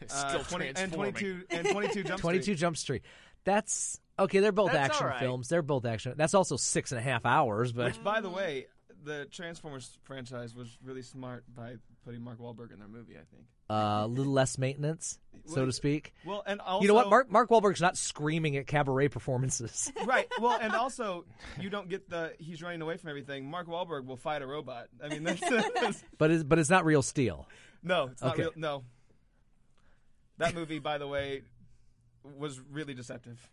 uh, Still 20 and transforming. twenty two and twenty two jump Twenty Two Jump Street. That's okay. They're both That's action all right. films. They're both action. That's also six and a half hours. But [LAUGHS] Which, by the way, the Transformers franchise was really smart by putting Mark Wahlberg in their movie. I think. uh, a little less maintenance, so to speak. Well, and also you know what? Mark Mark Wahlberg's not screaming at cabaret performances. Right. Well, and also you don't get the he's running away from everything. Mark Wahlberg will fight a robot. I mean, that's, that's- but it's, but it's not real steel. no, it's not Okay. real. No, that movie, by the way, was really deceptive.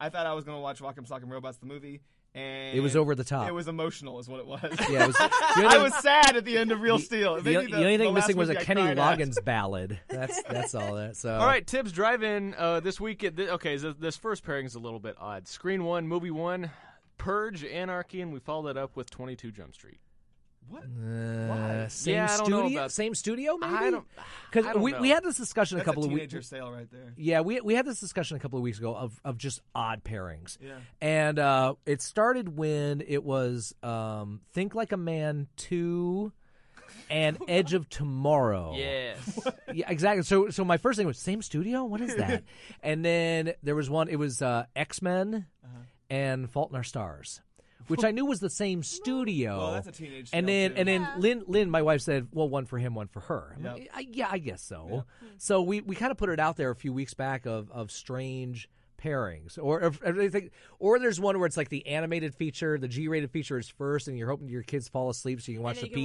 I thought I was going to watch Rock'em Sock'em Robots the movie, And It was over the top. It was emotional, is what it was. Yeah, it was- the [LAUGHS] I only- was sad at the end of Real The- Steel. The, Maybe the only the thing last missing was a movie I Kenny cried at. Loggins ballad. That's that's all that. So All right, Tibbs Drive In uh, this week. At thi- okay, so this first pairing is a little bit odd. Screen one, movie one, Purge, Anarchy, and we followed it up with 22 Jump Street. Uh, same Yeah, I don't know studio, about- same studio, maybe. I don't- I because don't we, know. we had this discussion That's a couple a of weeks. teenager sale right there. Yeah, we we had this discussion a couple of weeks ago of of just odd pairings. Yeah. and uh, it started when it was um, Think Like a Man two. And [LAUGHS] Edge of Tomorrow. [LAUGHS] [LAUGHS] Yes. yeah, exactly. So, so my first thing was same studio. What is [LAUGHS] that? and then there was one. It was uh, X Men Uh-huh. and Fault in Our Stars, which I knew was the same studio. Well, Oh, that's a teenage Oh. And tale, then, too. and then Lynn, Lynn, my wife said, "Well, one for him, one for her." I'm like, I, yeah, I guess so. Hmm. So we, we kind of put it out there a few weeks back of of strange pairings, or or, or they think- or there's one where it's like the animated feature, the G-rated feature is first, and you're hoping your kids fall asleep so you can watch the then you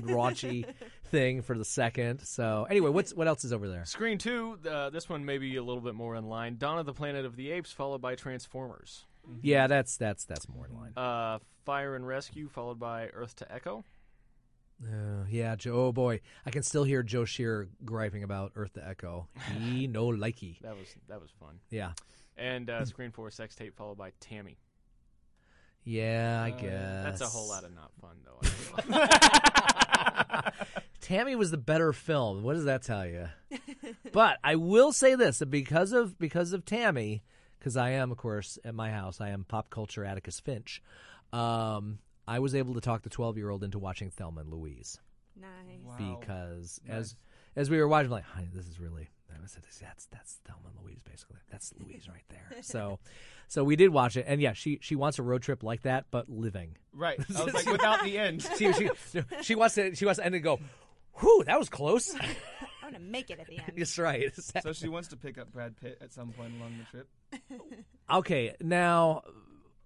can watch the- [LAUGHS] PG-13 raunchy thing for the second. So anyway, what's what else is over there? Screen two, uh, this one may be a little bit more in line. Dawn of the Planet of the Apes, followed by Transformers. Mm-hmm. Yeah, that's that's that's more in line. Uh, Fire and Rescue, followed by Earth to Echo. Uh, yeah, Joe. Oh boy, I can still hear Joe Shear griping about Earth the Echo. He no likey. That was that was fun. Yeah. And Hmm. uh, Screen four, Sex Tape, followed by Tammy. Yeah, I Uh, guess That's a whole lot of not fun, though. I feel. [LAUGHS] [LAUGHS] Tammy was the better film. What does that tell you? but I will say this that because of because of Tammy, because I am, of course, at my house, I am pop culture Atticus Finch. Um, I was able to talk the twelve year old into watching Thelma and Louise Nice. because as as we were watching, I'm like, honey, this is really that was- that's that's Thelma and Louise basically. That's Louise right [LAUGHS] there. So, so we did watch it, and yeah, she she wants a road trip like that, but living. Right. I [LAUGHS] was like, without the end. She she she wants to she wants to end and go. Whew, that was close. [LAUGHS] I want to make it at the end. That's right. So she wants to pick up Brad Pitt at some point along the trip. Okay, now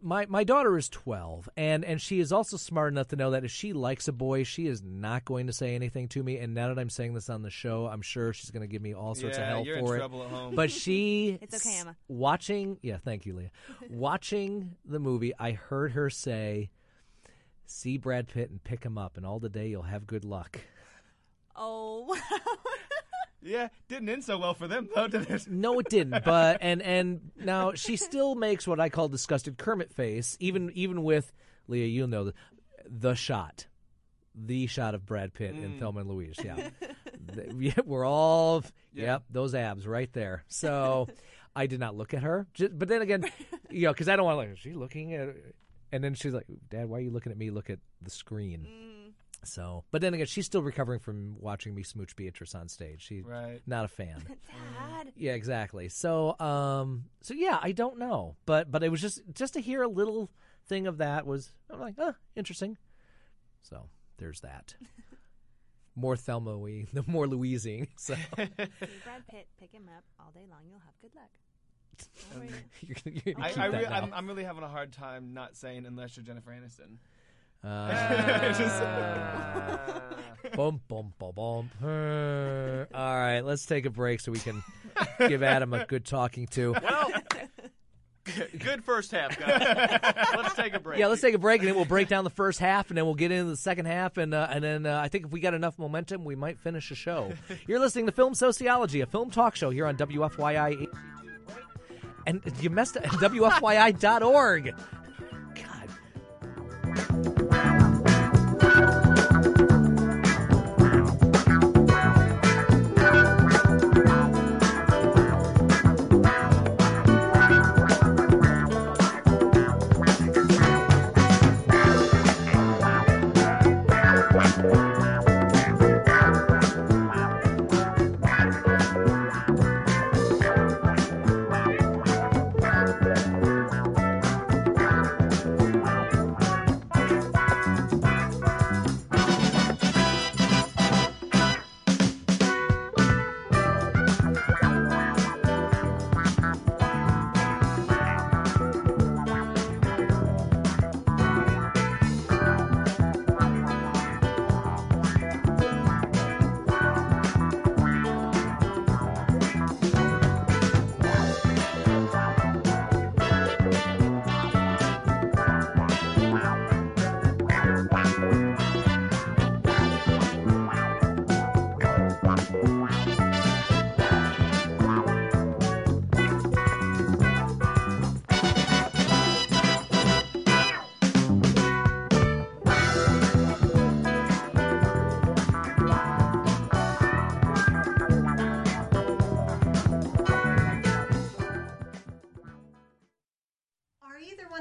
my my daughter is 12 and and she is also smart enough to know that if she likes a boy, she is not going to say anything to me and now that I'm saying this on the show, I'm sure she's going to give me all sorts Yeah, of hell you're in for it. trouble at home. But she [LAUGHS] It's okay, s- Emma. Watching, yeah, thank [LAUGHS] you, Leah. watching the movie, I heard her say See Brad Pitt and pick him up, and all the day you'll have good luck. [LAUGHS] Oh, [LAUGHS] Yeah, didn't end so well for them though, did it? No, it didn't. But and and now she still makes what I call disgusted Kermit face, even even with Leah. You'll know the, the shot, the shot of Brad Pitt in Thelma and Louise. Yeah, Th- [LAUGHS] yeah, we're all yep those abs right there. So I did not look at her. Just, but then again, you know, because I don't want to. Like, is she looking at? And then she's like, "Dad, why are you looking at me? Look at the screen." So, but then again, she's still recovering from watching me smooch Beatrice on stage. She's Right. not a fan. Dad. Yeah, exactly. So, um, so yeah, I don't know, but but it was just just to hear a little thing of that was I'm like, huh, interesting. So there's that. More Thelma, we [LAUGHS] the more Louising. [LAUGHS] So See Brad Pitt, pick him up all day long. You'll have good luck. Don't worry. [LAUGHS] you're gonna, you're gonna I, keep I that re- now. I'm, I'm really having a hard time not saying unless you're Jennifer [LAUGHS] Aniston. [LAUGHS] Uh, Just- bum bum bum bum. Uh, All right, let's take a break so we can give Adam a good talking to. well, [LAUGHS] good first half, [LAUGHS] guys. Let's take a break. Yeah, let's take a break, and then we'll break down the first half, and then we'll get into the second half, and uh, and then uh, I think if we got enough momentum, we might finish the show. You're listening to Film Sociology, a film talk show here on WFYI, and you messed up [LAUGHS] WFYI.org. God,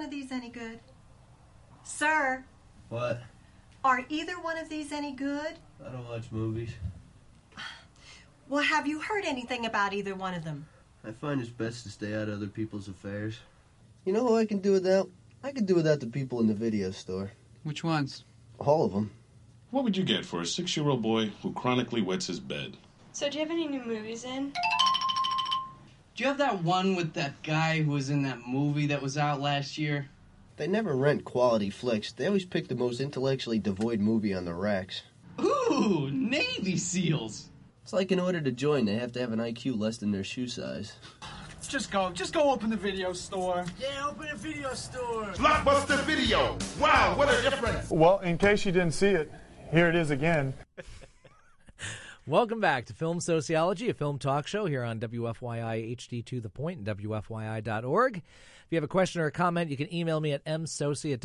these any good? Sir, What? are either one of these any good? I don't watch movies. Well, have you heard anything about either one of them? I find it's best to stay out of other people's affairs. You know who I can do without? I can do without the people in the video store. Which ones? All of them. What would you get for a six year old boy who chronically wets his bed? So, do you have any new movies in? Do you have that one with that guy who was in that movie that was out last year? They never rent quality flicks. They always pick the most intellectually devoid movie on the racks. Ooh, Navy SEALs! It's like in order to join, they have to have an IQ less than their shoe size. Just go. Just go open the video store. Yeah, open a video store. Blockbuster Video. Wow, what a difference. Well, in case you didn't see it, here it is again. Welcome back to Film Sociology, a film talk show here on WFYI HD to the point and WFYI.org. If you have a question or a comment, you can email me at msoci at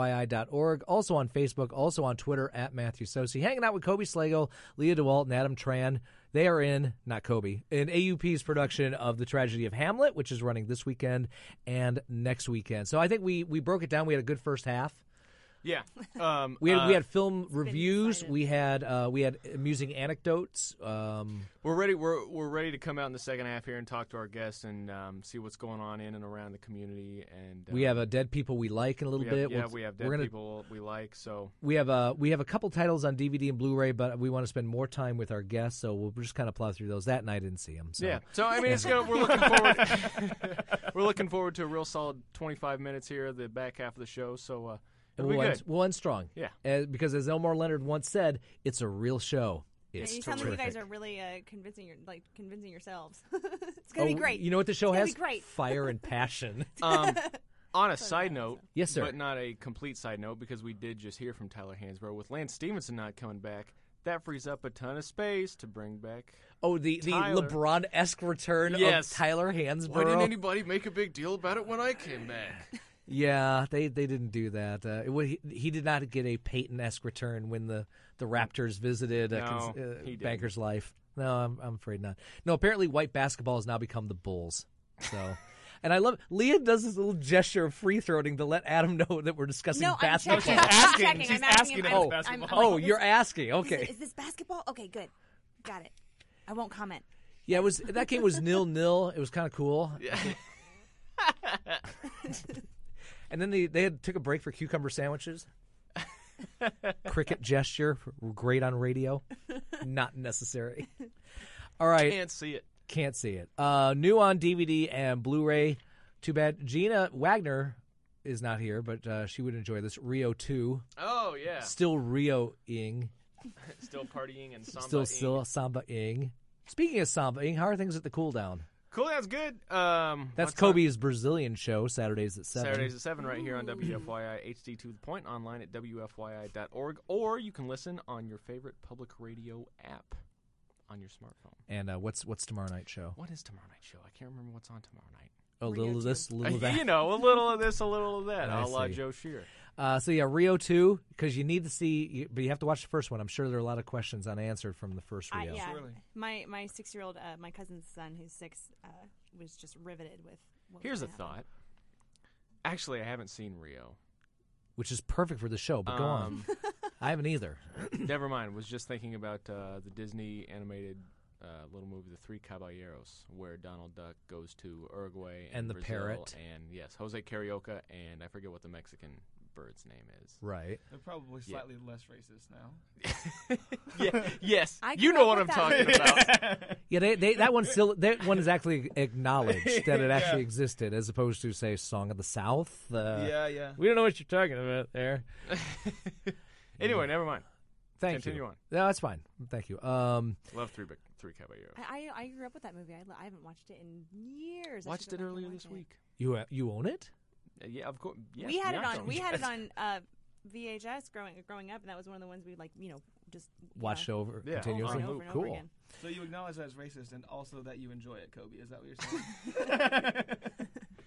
WFYI.org. Also on Facebook, also on Twitter at Matthew Soci. Hanging out with Kobe Slagle, Leah DeWalt, and Adam Tran. They are in, not Kobe, in AUP's production of The Tragedy of Hamlet, which is running this weekend and next weekend. So I think we, we broke it down. We had a good first half. [LAUGHS] Yeah. Um, We had, we uh, had film reviews. We had uh, we had amusing anecdotes. Um, We're ready. We're we're ready to come out in the second half here and talk to our guests and um, see what's going on in and around the community. And uh, we have a dead people we like in a little we have- bit. Yeah, We'll- we have we're dead gonna- people we like. So We have a we have a couple titles on DVD and Blu-ray, but we want to spend more time with our guests, so we'll just kind of plow through those. That night, I didn't see them. So. yeah. So I mean, it's gonna, we're [LAUGHS] looking forward. [LAUGHS] we're looking forward to a real solid 25 minutes here, the back half of the show. So uh, And it'll be we'll, good. end, we'll end strong. Yeah. Uh, because as Elmore Leonard once said, it's a real show. Yeah, It's you sound terrific. like you guys are really uh, convincing your like convincing yourselves. [LAUGHS] it's gonna Oh, be great. You know what the show it's gonna has? Be great. Fire and [LAUGHS] passion. Um, on a side note, Yes, sir. but not a complete side note because we did just hear from Tyler Hansbrough with Lance Stevenson not coming back. That frees up a ton of space to bring back. oh, the, the Tyler. LeBron-esque return Yes. of Tyler Hansborough. Why didn't anybody make a big deal about it when I came back? Yeah, they, they didn't do that. Uh, it, wa- he, he did not get a Peyton-esque return when the, the Raptors visited uh, No, cons- he uh, didn't. Banker's Life. No, I'm, I'm afraid not. No, apparently white basketball has now become the Bulls. [LAUGHS] So, and I love Leah does this little gesture of free throwing to let Adam know that we're discussing No, I'm basketball. checking. No, she's I'm asking. checking. She's I'm asking asking him. Oh, about I'm- basketball. I'm oh, like, you're this- asking. Is it- Okay. Is, this basketball? Okay, good. Got it. I won't comment. Yeah, it was that game was nil nil. It was kind of cool. Yeah. [LAUGHS] and then they they had, took a break for [LAUGHS] cucumber sandwiches. Cricket gesture, great on radio, not necessary. All right, [LAUGHS] Can't see it. Can't see it. Uh, new on DVD and Blu-ray. Too bad Gina Wagner is not here, but uh, she would enjoy this Rio two. Oh, yeah. still Rio ing, still partying and samba. still ing. still samba ing. Speaking of samba ing, how are things at the cool down? Cool, that's good. Um, That's what's up? Kobe's Brazilian show, Saturdays at 7. Saturdays at 7 right here on WFYI HD to the point online at WFYI.org or you can listen on your favorite public radio app on your smartphone. And uh, what's what's tomorrow night show? What is tomorrow night show? I can't remember what's on tomorrow night. A little of this, a little of that. Oh, [LAUGHS] you know, a little of this, a little of that. I a la see. Joe Shear. Uh, so, yeah, Rio 2, because you need to see, you, but you have to watch the first one. I'm sure there are a lot of questions unanswered from the first I, Rio. Uh, yeah, my my six year old, uh, my cousin's son, who's six, uh, was just riveted with. What Here's a was gonna happen. thought. Actually, I haven't seen Rio. Which is perfect for the show, but go on. Um, [LAUGHS] I haven't either. Never mind. Was just thinking about uh, the Disney animated uh, little movie, The Three Caballeros, where Donald Duck goes to Uruguay and, And the Brazil parrot. and yes, Jose Carioca, and I forget what the Mexican bird's name [LAUGHS] is. Right. They're probably Yeah. slightly less racist now. Yeah. Yes. I you grew know up what I'm with talking that. [LAUGHS] about. Yeah, they, they, that one still that [LAUGHS] one is actually acknowledged that it actually Yeah. existed, as opposed to say "Song of the South." Uh, Yeah, yeah. We don't know what you're talking about there. anyway, never mind. Thank Continue you. on. No, that's fine. Thank you. Um, Love Three Ba- Three Caballeros. I, I I grew up with that movie. I, lo- I haven't watched it in years. I Watched should it go back and earlier watch this it. week. you uh, you own it? Uh, yeah, of course. Yes, we had it Bianca on. We had it Yes. on uh, VHS growing growing up, and that was one of the ones we like. You know, just you Watched Oh, know, over Yeah. continuously? over and over Ooh, and over cool. again. So you acknowledge that it's racist and also that you enjoy it, Kobe. Is that [LAUGHS] what you're saying?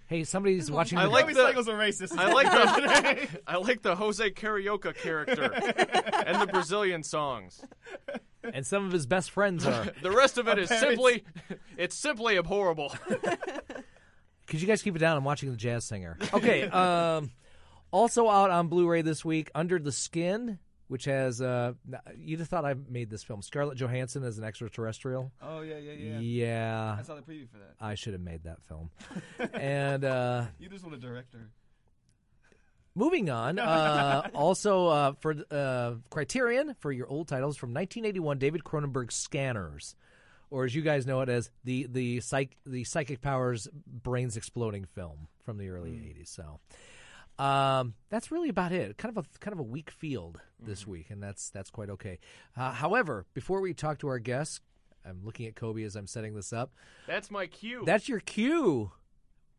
Hey, somebody's watching. I the- like the Cycles are racist. [LAUGHS] I [LAUGHS] like [LAUGHS] the I like the Jose Carioca character and the Brazilian songs. and some of his [LAUGHS] best friends are. The rest of it is [LAUGHS] Our parents- simply it's simply abhorrible. Could you guys keep it down? I'm watching the [LAUGHS] jazz singer. Okay. um, also out on Blu-ray this week, Under the Skin, which has uh, you'd have thought I made this film. Scarlett Johansson as an extraterrestrial. Oh, yeah, yeah, yeah. Yeah. I saw the preview for that. I should have made that film. and uh, you just want a director. Moving on, uh, also uh, for uh, Criterion for your old titles from 1981, David Cronenberg's Scanners, or as you guys know it as the the psych the psychic powers brains exploding film from the early 80s. So um, that's really about it. Kind of a kind of a weak field this week, and that's that's quite okay. Uh, however, before we talk to our guests, I'm looking at Kobe as I'm setting this up. That's my cue. That's your cue.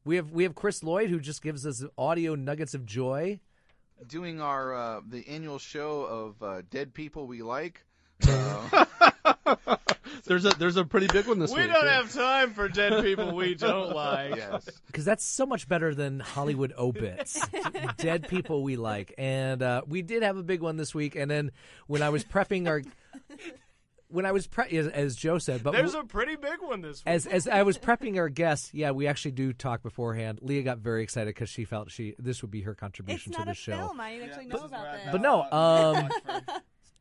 We have we have Chris Lloyd who just gives us audio nuggets of joy. doing our uh, the annual show of uh, dead people we like. Uh, There's a there's a pretty big one this We week. don't yeah. have time for dead people we [LAUGHS] don't like. Yes. Because that's so much better than Hollywood [LAUGHS] obits, dead people we like, and uh, we did have a big one this week. And then when I was prepping our, when I was pre- as, as Joe said, but There's w- a pretty big one this week. as as I was prepping our guests, yeah, we actually do talk beforehand. Leah got very excited because she felt she this would be her contribution to the show. film. I didn't actually know about this. But no, uh, [LAUGHS] um,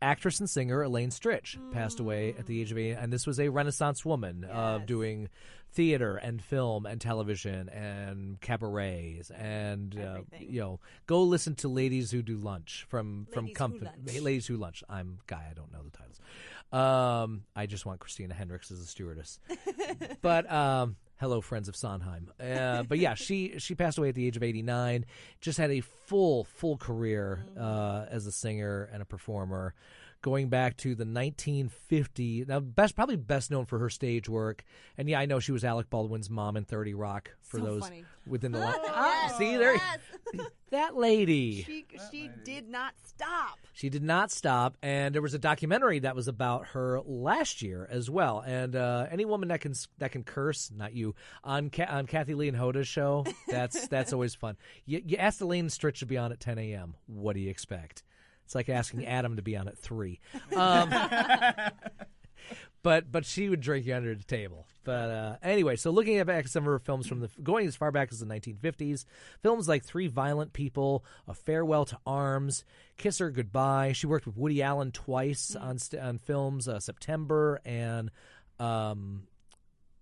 actress and singer Elaine Stritch passed away at the age of eight, and this was a Renaissance woman of doing theater and film and television and cabarets and uh, you know go listen to Ladies Who Do Lunch from from Ladies Who Comfort Lunch. Ladies Who Lunch. I'm guy. I don't know the titles. Um, I just want Christina Hendricks as a stewardess. but um, hello, friends of Sondheim. Uh, but yeah, she she passed away at the age of 89. Just had a full full career uh, as a singer and a performer, going back to the 1950. Now, best probably best known for her stage work. And yeah, I know she was Alec Baldwin's mom in 30 Rock. For So those funny. Oh, within the line, Ah, see there, [LAUGHS] that lady. She she did not stop. She did not stop, and there was a documentary that was about her last year as well. And uh, any woman that can that can curse, not you, on Ca- on Kathy Lee and Hoda's show, that's that's always fun. You, you asked Elaine Stritch to be on at 10 a.m. What do you expect? It's like asking Adam to be on at three. Um, but but she would drink you under the table. But uh, anyway, so looking at back at some of her films from the going as far back as the 1950s, films like Three Violent People, A Farewell to Arms, Kiss Her Goodbye. She worked with Woody Allen twice on st- on films uh, September and. Um,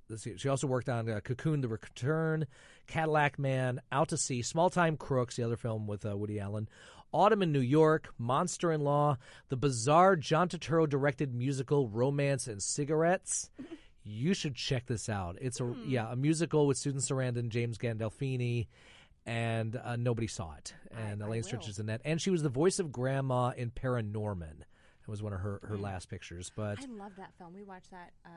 Let's see. She also worked on uh, Cocoon: The Return, Cadillac Man, Out to Sea, Small Time Crooks, the other film with uh, Woody Allen, Autumn in New York, Monster in Law, the bizarre John Turturro directed musical Romance and Cigarettes. you should check this out. It's a yeah a musical with Susan Sarandon, James Gandolfini, and uh, nobody saw it. And Elaine Stritch is in that, and she was the voice of Grandma in Paranorman. That was one of her, her last pictures, but. I love that film. We watched that uh,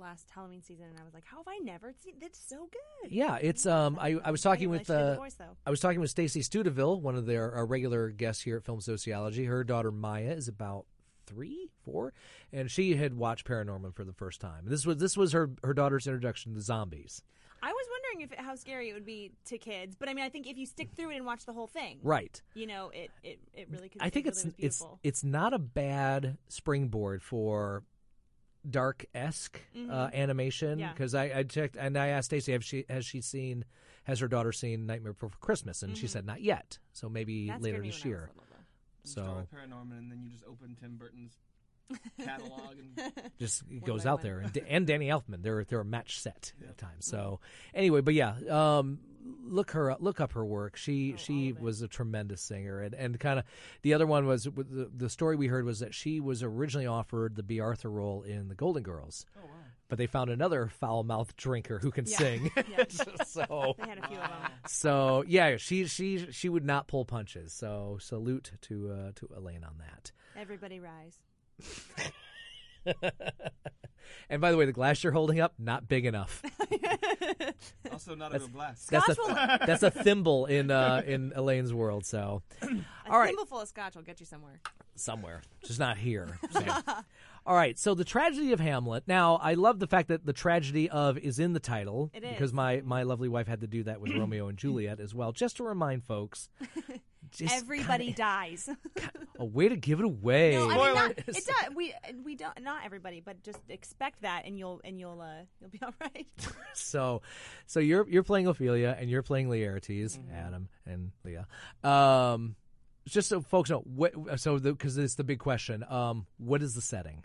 last Halloween season, and I was like, "How have I never seen? That's so good." Yeah, it's um. I, I was talking with she did the uh, voice, though. I was talking with Stacy Studeville, one of their our regular guests here at Film Sociology. Her daughter Maya is about three, four, and she had watched Paranorman for the first time. This was this was her her daughter's introduction to zombies. I was wondering if how scary it would be to kids, but I mean, I think if you stick through it and watch the whole thing, Right. You know, it it, it really could. I think it's it's beautiful. it's not a bad springboard for dark esque uh, Mhm. animation Yeah. because I, I checked and I asked Stacy have she has she seen has her daughter seen Nightmare Before Christmas and she Mhm. said not yet so maybe That scared later me this when I was year. You So start with Paranorman, and then you just open Tim [LAUGHS] Burton's catalog and just it One goes by out one. there and, and Danny Elfman they're they're a match set at times so anyway but yeah um look her up, look up her work she she was a tremendous singer and and kind of the other one was with the, the story we heard was that she was originally offered the B Arthur role in the Golden Girls oh, wow. but they found another foul mouthed drinker who can Yeah. sing [LAUGHS] Yeah. so they had a few of [LAUGHS] them. so yeah she she she would not pull punches so salute to uh, to Elaine on that Everybody rise. and by the way, the glass you're holding up not big enough. also not That's- a real glass. That's a, [LAUGHS] that's a thimble in uh, in Elaine's world. So, [CLEARS THROAT] A all right. thimbleful of scotch will get you somewhere. somewhere, just not here. Sam. [LAUGHS] All right, so the tragedy of Hamlet. Now, I love the fact that the tragedy of is in the title It is. because my my lovely wife had to do that [CLEARS THROAT] with Romeo and Juliet as well, just to remind [LAUGHS] folks. Just Everybody dies. [LAUGHS] a way to give it away. No, I mean, not, it does. We we don't. Not everybody, but just expect that, and you'll and you'll uh, you'll be [LAUGHS] all right. [LAUGHS] so so you're you're playing Ophelia and you're playing Laertes, Mm-hmm. Adam and Leah. Um just so folks know what so the cuz it's the big question. Um what is the setting?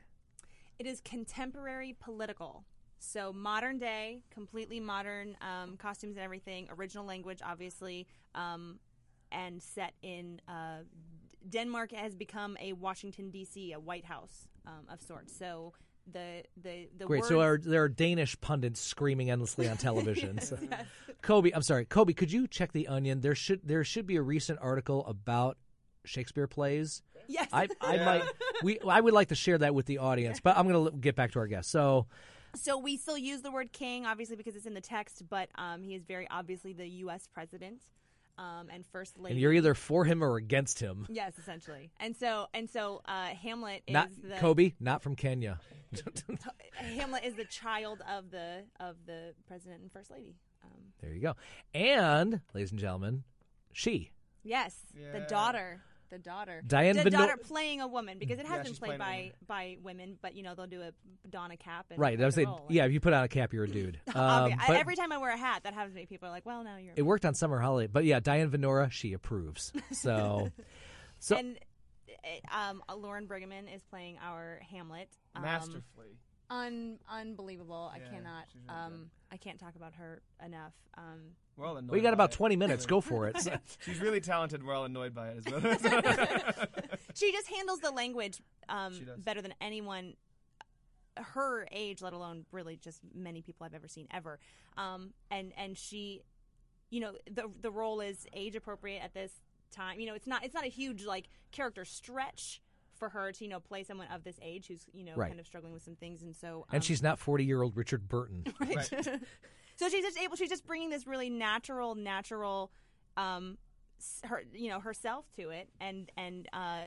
It is contemporary political. So modern day, completely modern um, costumes and everything, original language, obviously, um, and set in uh, D- Denmark has become a Washington D.C., a White House um, of sorts. So the the the Great. Words, So are, there are Danish pundits screaming endlessly on [LAUGHS] television. Yes, So- yes. Kobe, I'm sorry. Kobe, could you check the Onion? There should there should be a recent article about Shakespeare plays. [LAUGHS] Yes. I I Yeah. might we I would like to share that with the audience, but I'm going to get back to our guest. So, So we still use the word king, obviously, because it's in the text, but um, he is very obviously the U.S. president um, and first lady. and you're either for him or against him. yes, essentially. And so and so uh, Hamlet is Not the Kobe, not from Kenya. [LAUGHS] Hamlet is the child of the of the president and first lady. Um, There you go. And, ladies and gentlemen, she. yes, the Yeah. daughter. The daughter, Diane the Vino- daughter playing a woman because it Yeah, has been she's played by playing by women, but you know they'll do a Donna cap and Right. I was rock saying, and roll. yeah, if you put on a cap, you're a dude. [LAUGHS] Obvi- Um, I- but every time I wear a hat, that happens to me. People are like, "Well, now you're." it worked on Summer Holiday. But yeah, Diane Venora, she approves. [LAUGHS] So, so and uh, um, uh, Lauren Brueggemann is playing our Hamlet um, Masterfully. Un- unbelievable. I Yeah, cannot. she's really um, I can't talk about her enough. Um, We're all annoyed. we got by about it. 20 minutes. Go for [LAUGHS] it. So- She's really talented. We're all annoyed by it as [LAUGHS] well. [LAUGHS] she just handles the language um, She does. better than anyone her age, let alone really just many people I've ever seen ever. Um, and and she, you know, the the role is age appropriate at this time. You know, it's not it's not a huge like character stretch for her to you know play someone of this age who's you know Right. kind of struggling with some things. And so um, and she's not 40 year old Richard Burton. Right. [LAUGHS] so she's just able. She's just bringing this really natural, natural, um, s- her you know herself to it, and and uh,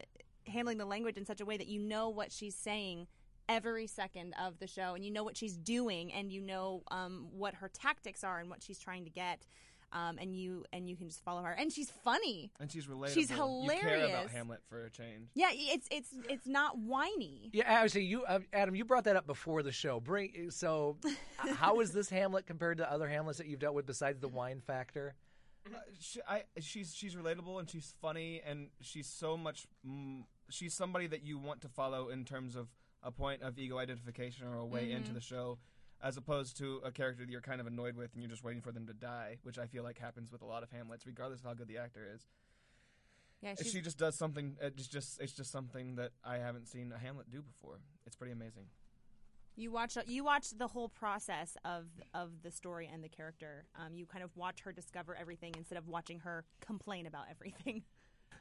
handling the language in such a way that you know what she's saying every second of the show, and you know what she's doing, and you know um, what her tactics are and what she's trying to get. Um, and you and you can just follow her, and she's funny. and she's relatable. She's You care about hilarious. Hamlet for a change. Yeah, it's it's it's not whiny. [LAUGHS] Yeah, actually, you, uh, Adam, you brought that up before the show. Bring so, uh, how is this Hamlet compared to other Hamlets that you've dealt with besides the wine factor? Uh, she, I, she's she's relatable and she's funny and she's so much. Mm, she's somebody that you want to follow in terms of a point of ego identification or a way into Mhm. the show, as opposed to a character that you're kind of annoyed with and you're just waiting for them to die, which I feel like happens with a lot of Hamlets, regardless of how good the actor is. Yeah, And she's- she just does something. uh, It's just it's just something that I haven't seen a Hamlet do before. It's pretty amazing. You watch you watch the whole process of of the story and the character. Um, you kind of watch her discover everything instead of watching her complain about everything. [LAUGHS]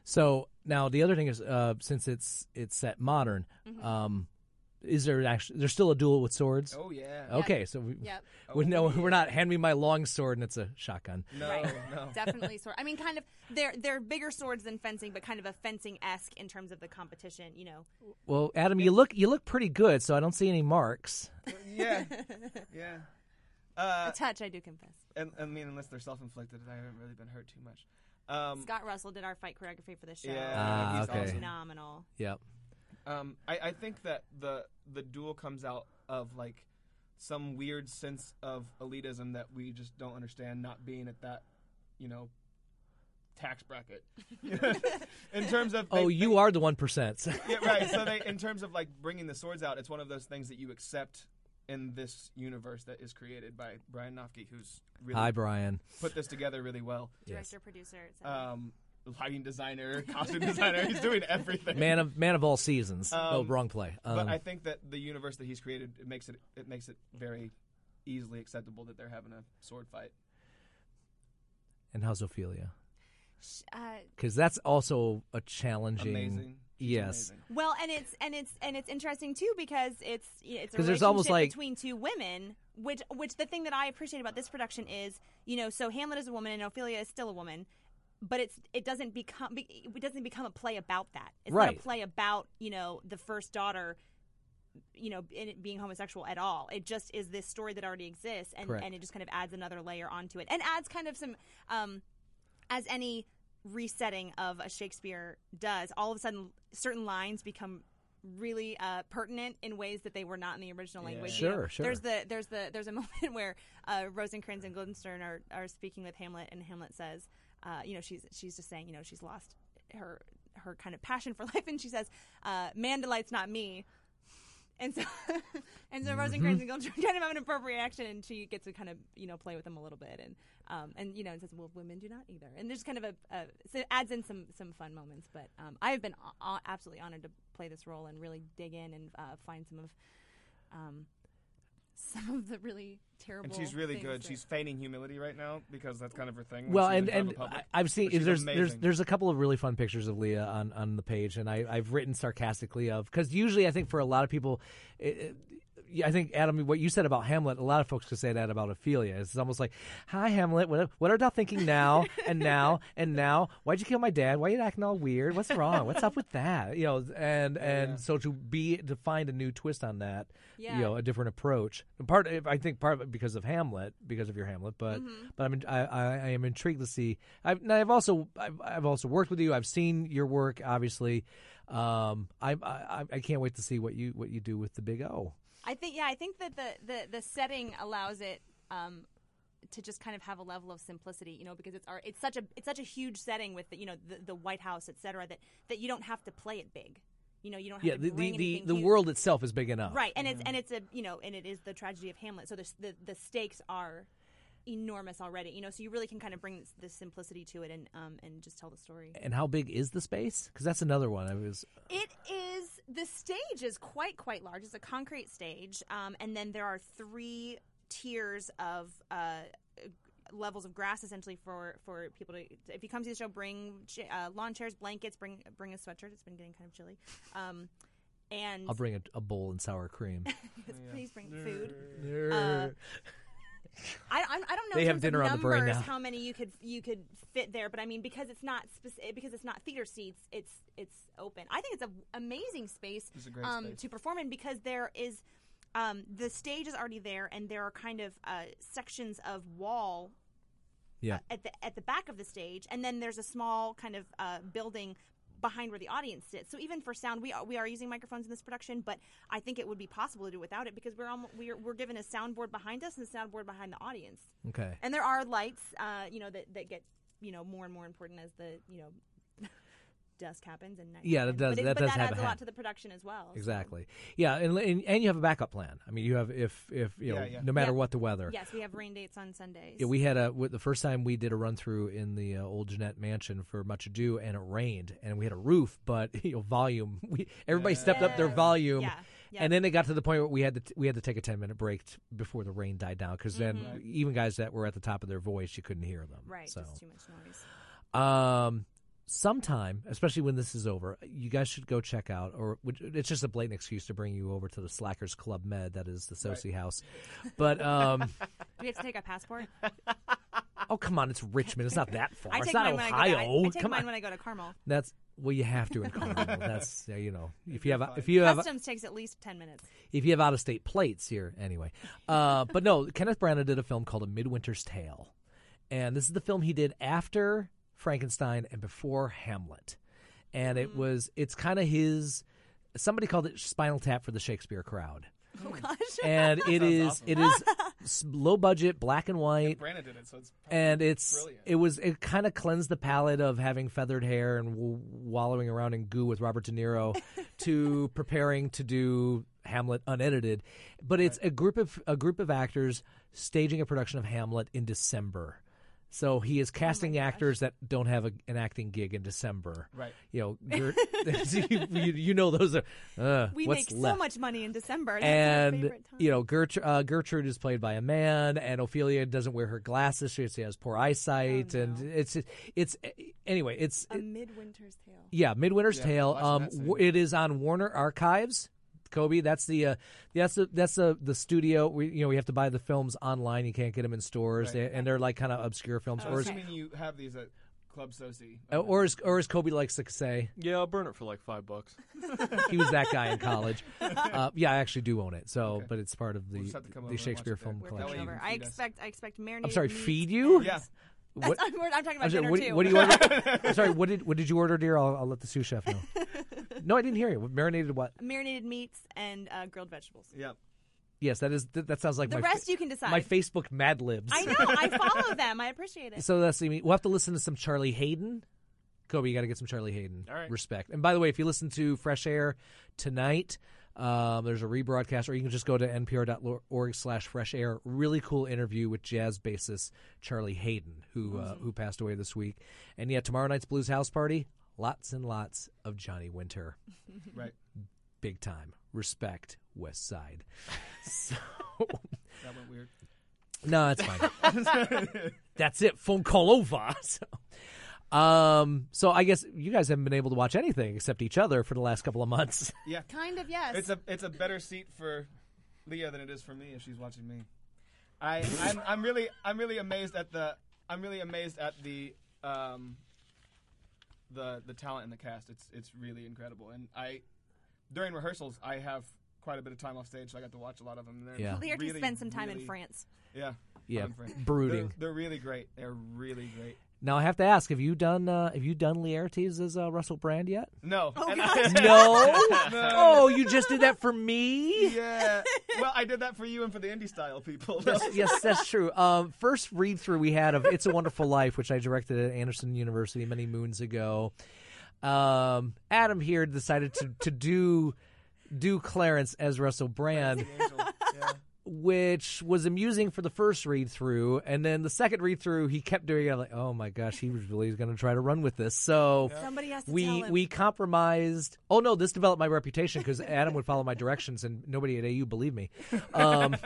So now the other thing is, uh, since it's it's set modern, Mhm. um, is there actually there's still a duel with swords? Oh, yeah. Yep. Okay, so we, Yep. we Oh, no, we're not hand me my long sword and it's a shotgun. No, no. [LAUGHS] Definitely sword. I mean, kind of they're they're bigger swords than fencing, but kind of a fencing esque in terms of the competition. You know, Well, Adam, you look you look pretty good, so I don't see any marks. [LAUGHS] yeah, yeah. Uh, a touch. I do confess. and I mean, unless they're self-inflicted, I haven't really been hurt too much. Um, Scott Russell did our fight choreography for the show. Yeah, Ah, he's okay. awesome. phenomenal. Yep. Um, I, I think that the the duel comes out of like some weird sense of elitism that we just don't understand, not being at that, you know, tax bracket. [LAUGHS] in terms of Oh, they- you are the one percent. yeah, right. So they, in terms of like bringing the swords out, it's one of those things that you accept in this universe that is created by Brian Nofke, who's [LAUGHS] really Hi, Brian. put this together really well. Director, producer, et cetera. um, lighting designer, costume designer. He's doing everything. man [LAUGHS] of man of all seasons. oh, Um, wrong play. but Um, I think that the universe that he's created it makes it it makes it very easily acceptable that they're having a sword fight. and how's Ophelia? Sh- uh, Because that's also a challenging. Amazing. She's yes. Well, and it's and it's and it's interesting too because it's you know, it's a 'Cause there's relationship almost like- between two women, which which the thing that I appreciate about this production is you know so Hamlet is a woman and Ophelia is still a woman, but it's it doesn't become be- it doesn't become a play about that. It's not Right. a play about you know the first daughter, you know, in it being homosexual at all. It just is this story that already exists, and Correct. and it just kind of adds another layer onto it, and adds kind of some, um, as any resetting of a Shakespeare does. All of a sudden, certain lines become really uh, pertinent in ways that they were not in the original Yeah. language. Sure, you know. sure. There's the there's the there's a [LAUGHS] moment where uh, Rosencrantz and Guildenstern are, are speaking with Hamlet, and Hamlet says, uh, you know, she's she's just saying, you know, she's lost her her kind of passion for [LAUGHS] life, and she says, uh, "Man delights not me." And so, [LAUGHS] and so, Mm-hmm. Rosencrantz and Guildenstern [LAUGHS] kind of have an appropriate action, and she gets to kind of you know play with them a little bit, and um, and you know, and says, "Well, women do not either." And there's kind of a, a so it adds in some some fun moments. But um, I have been a- a- absolutely honored to play this role and really dig in and uh, find some of um, some of the really terrible. And she's really things good. that- She's feigning humility right now because that's kind of her thing. when Well, she's in and front and of the public. I- I've seen But she's there's there's amazing. there's a couple of really fun pictures of Leah on on the page, and I I've written sarcastically of because usually I think for a lot of people. It, it, I think Adam, what you said about Hamlet, a lot of folks could say that about Ophelia. It's almost like, "Hi Hamlet, what what are thou thinking now and now and now? Why'd you kill my dad? Why are you acting all weird? What's wrong? What's up with that?" You know, and and so to be to find a new twist on that, Yeah. you know, a different approach. And part I think part of it because of Hamlet, because of your Hamlet, but but I'm I, I, I am intrigued to see. I've now I've also I've, I've also worked with you. I've seen your work, obviously. Um, I, I I can't wait to see what you what you do with the Big O. I think yeah, I think that the the, the setting allows it um, to just kind of have a level of simplicity, you know, because it's our, it's such a it's such a huge setting with the, you know the, the White House, et cetera, that that you don't have to play it big. You know, you don't have Yeah, to the bring the, the, anything the huge. world itself is big enough, Right, and it's and it's a you know, and it is the tragedy of Hamlet. So the the, the stakes are enormous already. You know, so you really can kind of bring this, this simplicity to it and um and just tell the story. And how big is the space? Because that's another one. I was It is the stage is quite quite large. It's a concrete stage, um, and then there are three tiers of. Uh, levels of grass essentially for for people to if you come see the show bring cha- uh, lawn chairs blankets bring bring a sweatshirt it's been getting kind of chilly um and I'll bring a, a bowl and sour [LAUGHS] cream. please bring food Uh, There. I, I, I don't know. They in have terms of dinner on the brain numbers now. How many you could you could fit there? But I mean, because it's not speci- because it's not theater seats. It's it's open. I think it's an amazing space, It's a great um, space. to perform in because there is um, the stage is already there, and there are kind of uh, sections of wall yeah. at the at the back of the stage, and then there's a small kind of uh, building behind where the audience sits. So even for sound, we are, we are using microphones in this production, but I think it would be possible to do without it because we're almo- we're, we're given a soundboard behind us and a soundboard behind the audience. Okay. And there are lights, uh, you know, that, that get you know more and more important as the you know [LAUGHS] dusk happens and night. Yeah, that happens. does- But, it- that but does that have adds a a lot hat. to the production as well. so. Exactly. Yeah, and, and and you have a backup plan. I mean, you have if if you know Yeah, yeah. no matter Yeah. what the weather. Yes, we have rain dates on Sundays. Yeah, we had a w- the first time we did a run through in the uh, old Jeanette Mansion for Much Ado, and it rained, and we had a roof, but [LAUGHS] you know, volume. We everybody stepped up Uh, their Yes. volume, Yeah, yeah. and then it got to the point where we had to t- we had to take a ten minute break t- before the rain died down because Mhm. then even guys that were at the top of their voice, you couldn't hear them. right, So. just too much noise. Um, sometime, especially when this is over, you guys should go check out, or which- it's just a blatant excuse to bring you over to the Slackers Club Med, that is the Soci House. But um, [LAUGHS] Do we have to take a passport? oh come on, it's Richmond. It's not that far. I it's take not mine when I go Ohio. to- I- I take come mine on. when I go to Carmel. That's well, you have [LAUGHS] to in Carmel. That's yeah, you know, if you have a- if you have a- Customs takes at least ten minutes. if you have out of state plates here anyway. Uh, but no, Kenneth Branagh did a film called A Midwinter's Tale, and this is the film he did after Frankenstein and before Hamlet, and it was it's kind of his. Somebody called it Spinal Tap for the Shakespeare crowd. Oh gosh! And it Sounds is awesome. it is s- low budget, black and white. And Branagh did it, so it's probably and it's brilliant. it was it kind of cleansed the palate of having feathered hair and w- wallowing around in goo with Robert De [LAUGHS] Niro, to preparing to do Hamlet unedited. But it's a group of a group of actors staging a production of Hamlet in December. So he Oh is casting actors that don't have a, an acting gig in December. Right. You [LAUGHS] know, you're- [LAUGHS] you, you, you know those are. Uh, We what's make so left? much money in December. That's our and favorite time. you know Gertr- uh, Gertrude is played by a man, and Ophelia doesn't wear her glasses; she she has poor Oh, eyesight, and it's it's eh, anyway it's a Um, midwinter's tale. yeah Midwinter's Yeah, Tale. watching Um, that soon. w- it is on Warner Archives. Kobe, that's the uh, that's the that's the the studio. We you know we have to buy the films online. You can't get them in stores, Right. Oh, and they're like kind of obscure films. I'm Or is- assuming you have these at Club Soci. Uh, or as or as Kobe likes to say, Yeah, I'll burn it for like five bucks. he was that guy [LAUGHS] in college. Uh, yeah, I actually do own it. So, but it's part of the We'll just have to come over the and watch Shakespeare it there. film We're collection. coming I expect I expect marinated. I'm sorry, meats feed you? and- Yeah. That's- [LAUGHS] What- I'm, wor- I'm talking about I'm sorry, dinner what, too. what do you [LAUGHS] order? I'm sorry, what did what did you order, dear? I'll, I'll let the sous chef know. no, I didn't hear you. What- Marinated what? Marinated meats and uh, grilled vegetables. Yep. Yes, that is th- that sounds like The my rest you can decide. My Facebook Mad Libs. I know. I [LAUGHS] follow them. I appreciate it. So that's the, we'll have to listen to some Charlie Hayden. Kobe, you got to get some Charlie Hayden. All right. Respect. And by the way, if you listen to Fresh Air tonight, um, there's a rebroadcast, or you can just go to npr.org slash fresh air. Really cool interview with jazz bassist Charlie Hayden, who uh, Awesome. who passed away this week. And yeah, tomorrow night's Blues House Party, lots and lots of Johnny Winter. Right. Big time. Respect, West Side. So. That went weird. No, that's fine. that's it. Phone call over. [LAUGHS] So, um, so I guess you guys haven't been able to watch anything except each other for the last couple of months. [LAUGHS] Yeah. Kind of, yes. It's a it's a better seat for Leah than it is for me if she's watching me. I I'm, I'm really I'm really amazed at the I'm really amazed at the um the the talent in the cast. It's it's really incredible. And I during rehearsals I have quite a bit of time off stage, so I got to watch a lot of them. They're Yeah. Leah did really, spend some time in really- France. Yeah. Yeah, I'm in France. brooding. They're, they're really great. They're really great. Now I have to ask: Have you done uh, have you done Laertes as uh, Russell Brand yet? No. no. And I- Oh, you just did that for me. [LAUGHS] Yeah. Well, I did that for you and for the indie [LAUGHS] style people. [LAUGHS] Yes, yes, that's true. Um, first read through we had of "It's a Wonderful Life," which I directed at Anderson University many moons ago. Um, Adam here decided to to do do Clarence as Russell Brand, which was amusing for the first read through, and then the second read through he kept doing it. I'm like, oh my gosh, he was really going to try to run with this. So Uh, Somebody has to we tell him. we compromised. Oh no, this developed my reputation because Adam would follow my directions, and nobody at AU believed me. [LAUGHS] Um,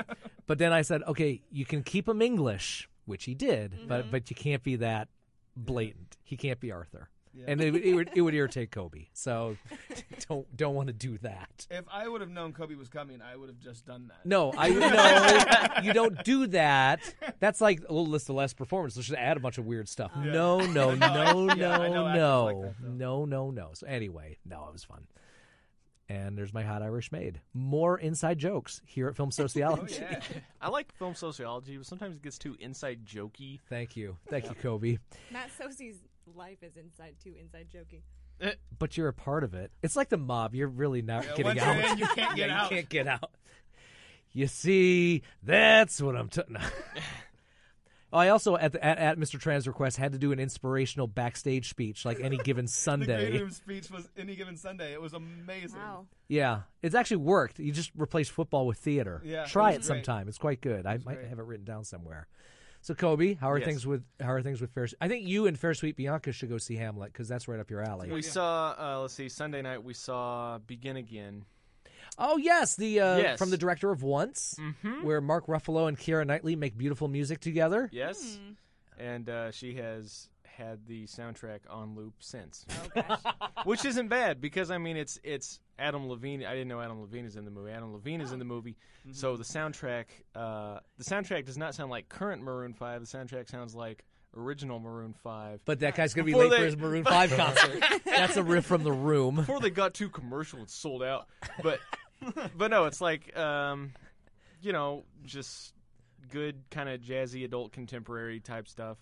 but then I said, okay, you can keep him English, which he did, but Mm-hmm. but you can't be that blatant. He can't be Arthur, Yeah. and it, would- it would it would irritate Kobe. So [LAUGHS] don't don't want to do that. If I would have known Kobe was coming, I would have just done that. No, I no. you don't do that. That's like a little list of last performance. Let's just add a bunch of weird stuff. Oh. [LAUGHS] Yeah. No, no, No, I- no, no, yeah, I know actors no, like that, no, no, no. So anyway, no, it was fun. And there's my hot Irish maid. More inside jokes here [LAUGHS] at Film Oh, Sociology. I like film sociology, but sometimes it gets too inside jokey. Thank you, thank you, Kobe. Matt Sosie's life is inside too inside joking. But you're a part of it. It's like the mob. You're really not Yeah, getting once you're out. in, you can't Yeah, get out. You can't get out. You see, that's what I'm [LAUGHS] talking. Oh, I also at, the, at at Mr. Tran's request had to do an inspirational backstage speech, like any given [LAUGHS] The green Sunday. room speech was any given Sunday. It was amazing. Wow. yeah, it's actually worked. You just replace football with theater. Yeah, try it it, was great. sometime. It's quite good. I might great. have it written down somewhere. So, Kobe, how are Yes. things with how are things with Fair? I think you and Fair Sweet Bianca should go see Hamlet because that's right up your alley. We saw, uh, let's see, Sunday night we saw Begin Again. Oh yes, the uh, Yes. from the director of Once, Mm-hmm. where Mark Ruffalo and Keira Knightley make beautiful music together. Yes. And uh, she has had the soundtrack on loop since. [LAUGHS] Which isn't bad because I mean it's it's Adam Levine. I didn't know Adam Levine is in the movie. Adam Levine is in the movie. So the soundtrack uh, the soundtrack does not sound like current Maroon 5. The soundtrack sounds like original Maroon 5. But that guy's gonna be Before late for they- [LAUGHS] his Maroon Five concert. That's a riff from the room. Before they got too commercial and sold out. But but no, it's like um, you know, just good kind of jazzy adult contemporary type stuff.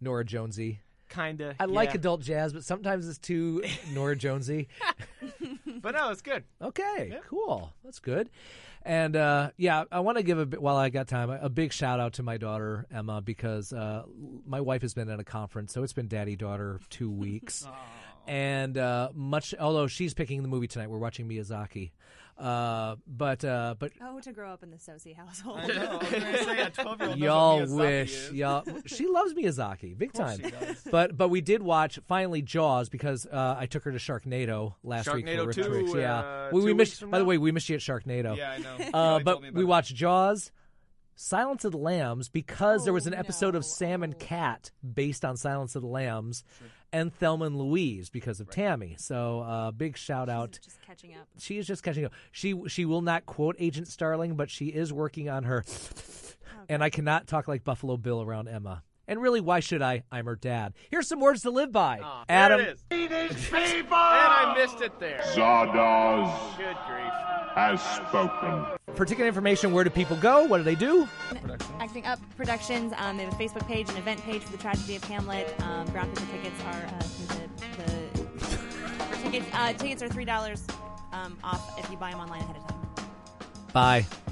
Nora Jonesy. Kinda. I like yeah. adult jazz, but sometimes it's too Nora Jonesy. But no, it's good. Okay, cool. That's good. And uh, yeah, I want to give a bit, while I got time a big shout out to my daughter Emma because uh, my wife has been at a conference, so it's been daddy daughter [LAUGHS] two weeks. And uh, much, although she's picking the movie tonight, we're watching Miyazaki. Uh, but uh, but Oh, to grow up in the Sosie household. I know, I was gonna say, a 12-year-old y'all knows what Miyazaki wish [LAUGHS] is. y'all she loves miyazaki big time she does. but but we did watch finally jaws because uh, i took her to sharknado last week for Sharknado Rick 2, Tricks. yeah uh, we, we two missed weeks from by the now? way we missed you at sharknado Yeah, I know. You uh, already but told me about we it. watched jaws silence of the lambs because there was an episode of sam and cat based on silence of the lambs and thelma and louise because of tammy so uh, big shout out [LAUGHS] Just catching up. she is just catching up. She she will not quote Agent Starling, but she is working on her. and I cannot talk like Buffalo Bill around Emma. And really, why should I? I'm her dad. Here's some words to live by. There Adam, it is. and I missed it there. Zardoz. Good grief. has spoken. for ticket information, where do people go? What do they do? Acting Up Productions. Um, they have a Facebook page, an event page for the tragedy of Hamlet. Um, ground paper tickets are uh, through the, [LAUGHS] the tickets. Uh, tickets are three dollars um, off if you buy them online ahead of time. Bye.